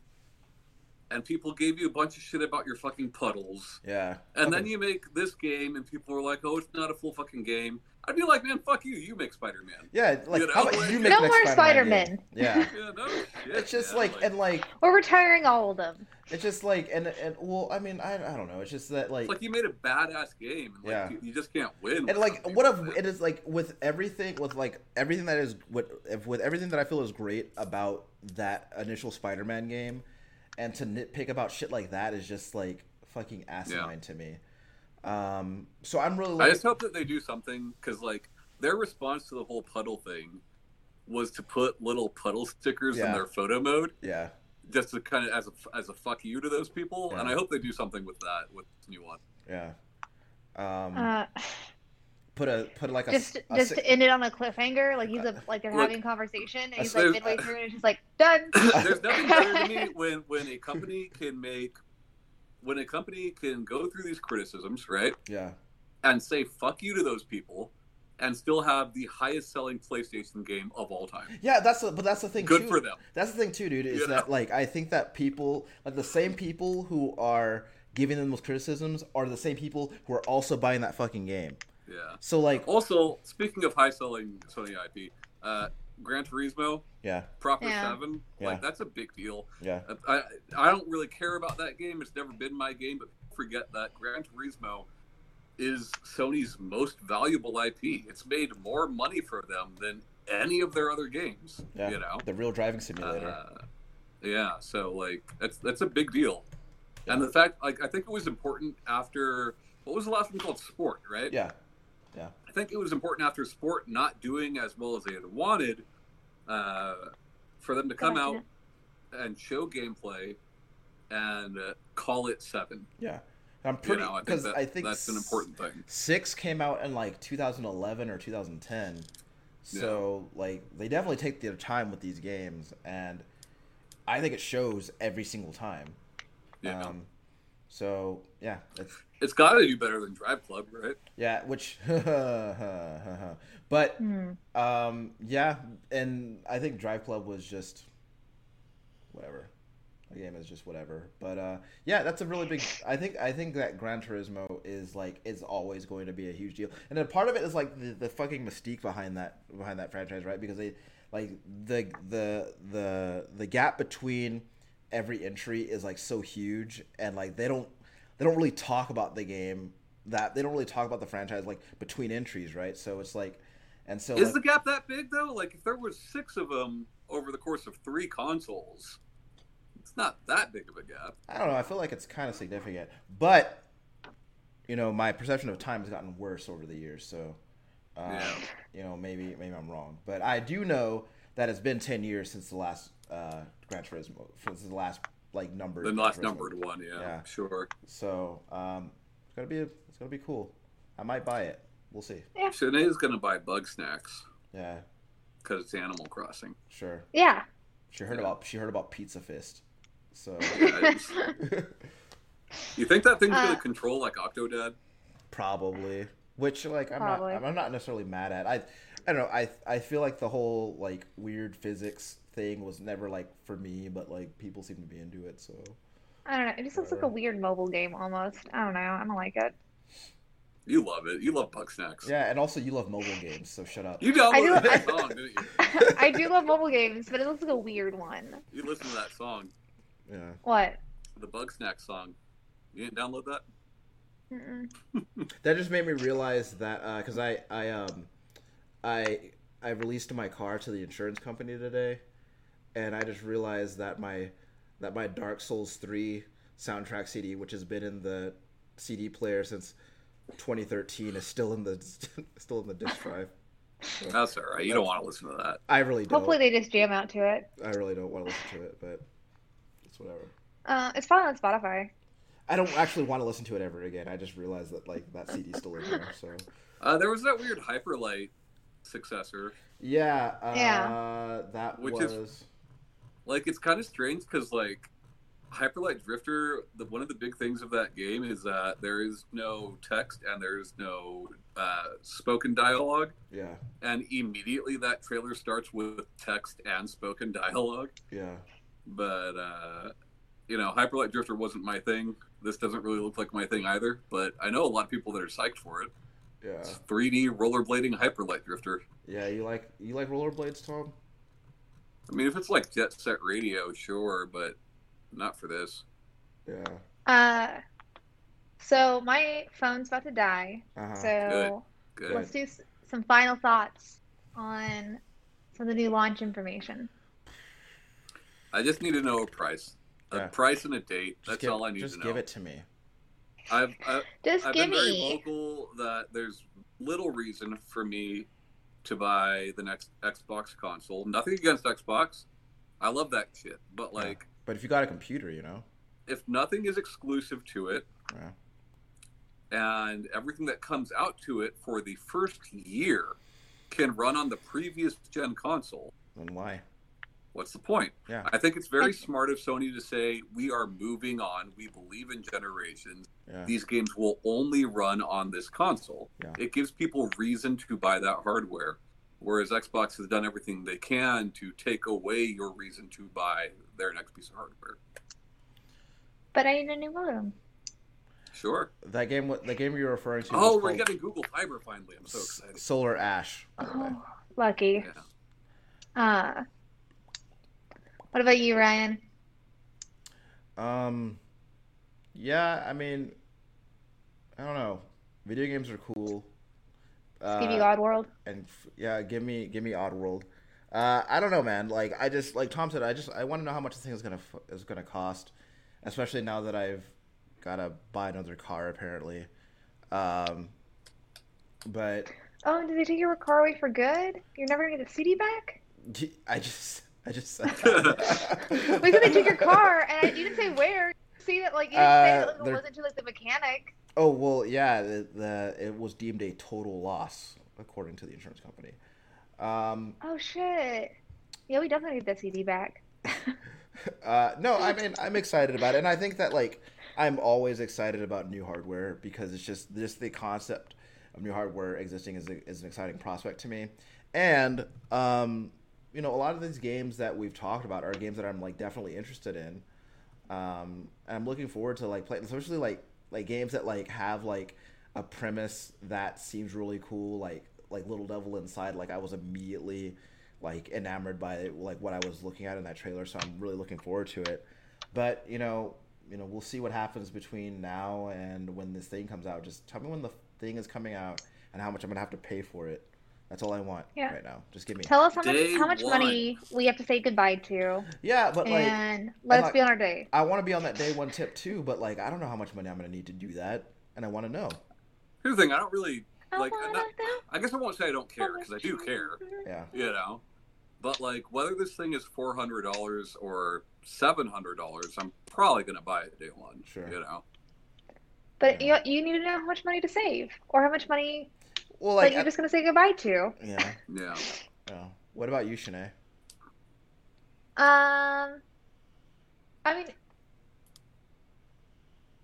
and people gave you a bunch of shit about your fucking puddles. yeah. And then Fucking- you make this game, and people are like, "Oh, it's not a full fucking game." I'd be like, "Man, fuck you! You make Spider-Man." yeah, like you how know, about you like- make No next more Spider-Man game? Spider-Man. Yeah. Yeah, no shit, It's just man. like and like We're retiring all of them. It's just like and and well, I mean, I, I don't know. It's just that like, It's like you made a badass game. And like, Yeah. you, you just can't win. and with like something what if that. it is like with everything with like everything that is with if, with everything that I feel is great about that initial Spider-Man game, and to nitpick about shit like that is just like fucking asinine to me. Um, so I'm really I like, just hope that they do something because, like, their response to the whole puddle thing was to put little puddle stickers in Yeah. their photo mode yeah, just to kind of as a as a fuck you to those people. And Yeah. I hope they do something with that with this new one. yeah. Um, Uh, put a put like a just a just si- uh, to end it on a cliffhanger, like he's a, like they're Look, having a conversation and I he's like said- midway through and it's just like done. There's nothing better to me when when a company can make when a company can go through these criticisms, right? yeah and say fuck you to those people and still have the highest selling PlayStation game of all time. yeah that's the, but that's the thing Good too. for them. That's the thing too, dude. Is You know? that like I think that people like the same people who are giving them those criticisms are the same people who are also buying that fucking game. Yeah. So like, Also, speaking of high selling Sony IP, uh, Gran Turismo, yeah, Proper Yeah. 7, Yeah. like that's a big deal. yeah, I, I don't really care about that game. It's never been my game, but forget that Gran Turismo is Sony's most valuable IP. It's made more money for them than any of their other games, Yeah. you know? the real driving simulator. Uh, yeah, so like that's that's a big deal, and the fact like I think it was important after what was the last one called Sport, right? yeah, I think it was important after Sport not doing as well as they had wanted, uh, for them to come out and show gameplay and uh, call it seven. yeah. I'm You pretty know, I think, because that, I think that's an important thing. Six came out in like 2011 or 2010. So like they definitely take their time with these games, and I think it shows every single time. Yeah, Um, so yeah, it's it's got to do better than Drive Club, right? yeah. Which, but Hmm. um, yeah, and I think Drive Club was just whatever. The game is just whatever. But uh, yeah, that's a really big. I think I think that Gran Turismo is like is always going to be a huge deal, and then part of it is like the, the fucking mystique behind that behind that franchise, right? Because they like the the the the gap between every entry is like so huge, and like they don't they don't really talk about the game that they don't really talk about the franchise like between entries, right? So it's like, and so Is like, the gap that big though? Like if there was six of them over the course of three consoles, it's not that big of a gap. I don't know. I feel like it's kind of significant, but you know, my perception of time has gotten worse over the years. So, uh, Yeah. you know, maybe maybe I'm wrong, but I do know that it's been ten years since the last uh, Gran Turismo, since the last like numbered The Gran last Turismo. numbered one, yeah, Yeah. sure. So, um, it's gonna be it's gonna be cool. I might buy it. We'll see. Sinead's gonna buy bug snacks Yeah, because it's Animal Crossing. sure. Yeah. She heard about she heard about Pizza Fist. So Guys, you think that thing's Uh. gonna control like Octodad? probably which like i'm Probably. not i'm not necessarily mad at i i don't know i i feel like the whole like weird physics thing was never like for me but like people seem to be into it so I don't know. It just looks like a Whatever. weird mobile game almost. I don't know. I don't like it. You love it. You love bug snacks. yeah and also you love mobile games so shut up You I do- downloaded that song, didn't you? I do love mobile games, but it looks like a weird one. You listened to that song, yeah What? the bug snack song. You didn't download that? Mm-mm. that just made me realize that because I I um I I released my car to the insurance company today, and I just realized that my that my Dark Souls three soundtrack CD, which has been in the CD player since 2013, is still in the still in the disk drive. That's all right. Oh, You don't want to listen to that. I really don't. Hopefully they just jam out to it. I really don't want to listen to it, but it's whatever. Uh, it's probably on Spotify. I don't actually want to listen to it ever again. I just realized that like that CD's still in there, so. Uh, there was that weird Hyperlight successor. Yeah, uh, Yeah. that Which was is- like it's kind of strange because like hyperlight drifter the one of the big things of that game is that there is no text and there is no uh, spoken dialogue yeah, and immediately that trailer starts with text and spoken dialogue yeah. but uh, you know hyperlight drifter wasn't my thing this doesn't really look like my thing either but i know a lot of people that are psyched for it Yeah. it's 3d rollerblading hyperlight drifter Yeah, you like you like rollerblades, Tom? i mean if it's like jet set radio sure but not for this Yeah. Uh, so my phone's about to die. Uh-huh. So Oh, good let's do s- some final thoughts on some of the new launch information. I just need to know a price. Yeah. a price and a date. Just That's give, all I need just to know. give it to me. I've, I, Just I've give been very me. vocal that there's little reason for me to buy the next Xbox console. Nothing against Xbox. I love that shit. But Yeah. like But if you got a computer, you know. if nothing is exclusive to it Yeah. and everything that comes out to it for the first year can run on the previous gen console, Then why? what's the point? Yeah. I think it's very smart of Sony to say we are moving on. We believe in generations. Yeah. These games will only run on this console. Yeah. It gives people reason to buy that hardware, whereas Xbox has done everything they can to take away your reason to buy their next piece of hardware. But I need a new modem. Sure. That game. wa- The game you're referring to. Oh, was we're called getting Google Fiber finally. I'm so S- excited. Solar Ash. by the way. Oh, lucky. Yeah. Uh, what about you, Ryan? Um, yeah, I mean, I don't know. Video games are cool. Give you Uh, God World. and f- yeah, give me give me Oddworld. Uh, I don't know, man. Like I just like Tom said, I just I want to know how much this thing is gonna f- is gonna cost, especially now that I've gotta buy another car apparently. Um, but Oh, and did they take your car away for good? You're never gonna get the CD back? d- I just I just Well, you said they took your car, and I, you didn't say where. See that, like, you didn't say that Uh, like, it they're- wasn't to like the mechanic. Oh well, yeah. The, the it was deemed a total loss according to the insurance company. Um, Oh shit! Yeah, we definitely need the CD back. Uh, no, I mean I'm excited about it, and I think that like I'm always excited about new hardware because it's just just the concept of new hardware existing is, is an exciting prospect to me, and um, you know a lot of these games that we've talked about are games that I'm like definitely interested in, um, and I'm looking forward to like playing, especially like like games that like have like a premise that seems really cool, like like Little Devil Inside. Like I was immediately like enamored by like what I was looking at in that trailer, so I'm really looking forward to it. But you know, you know, we'll see what happens between now and when this thing comes out. Just tell me when the thing is coming out and how much I'm gonna have to pay for it. That's all I want Yeah. right now. Just give me. Tell us how much Day how much money we have to say goodbye to, Yeah, but like. and let I'm us not- be on our day. I want to be on that day one tip too, but like I don't know how much money I'm gonna need to do that, and I want to know. Here's the thing. I don't really like. I I'm wanna not, know I guess I won't say I don't how care because I much do you- care. Yeah, you know but like whether this thing is $400 or $700 i'm probably going to buy it day one Sure. you know But you you need to know how much money to save, or how much money well, like like you're I- just gonna say goodbye to. yeah, yeah yeah. What about you, Shanae? Um, I mean,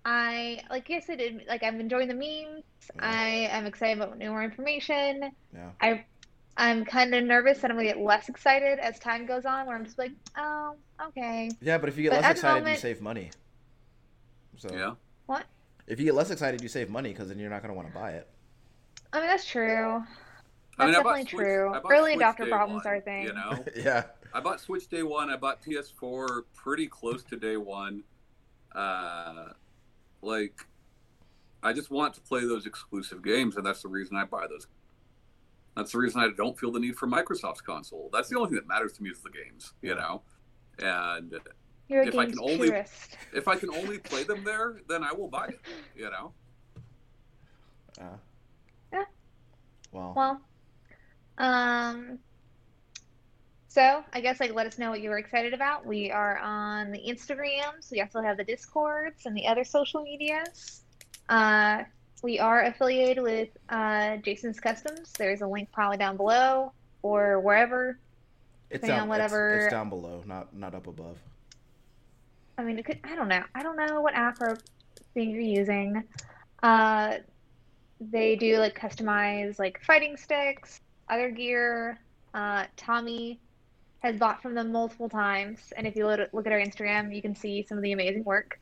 I like I said, it- like I'm enjoying the memes. I am excited about new more information. Yeah, I I'm kind of nervous that I'm gonna get less excited as time goes on, where I'm just like, oh, okay, yeah, but if you get But less at the excited, you moment- save money. So yeah what? if you get less excited, you save money because then you're not gonna want to buy it. I mean, that's true. i mean That's i bought definitely switch, true. I bought Early switch adopter day problems one, are a thing. you know yeah, i bought switch day one i bought ps4 pretty close to day one uh like i just want to play those exclusive games and that's the reason i buy those that's the reason i don't feel the need for microsoft's console that's the only thing that matters to me is the games you know and You're a If I games can only- purist. if I can only play them there, then I will buy it. You know, yeah. Yeah. Well, Well, um, so I guess like let us know what you were excited about. We are on the Instagrams. We also have the Discords and the other social medias. Uh, we are affiliated with uh, Jason's Customs. There's a link probably down below or wherever. it's hang on, down, It's, whatever- it's down below, not not up above. I mean, it could, I don't know. I don't know what app or thing you're using. Uh, they do like customize like fighting sticks, other gear. Uh, Tommy has bought from them multiple times, and if you look, look at our Instagram, you can see some of the amazing work.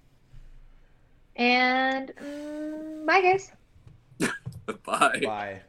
And mm, bye, guys. bye. Bye.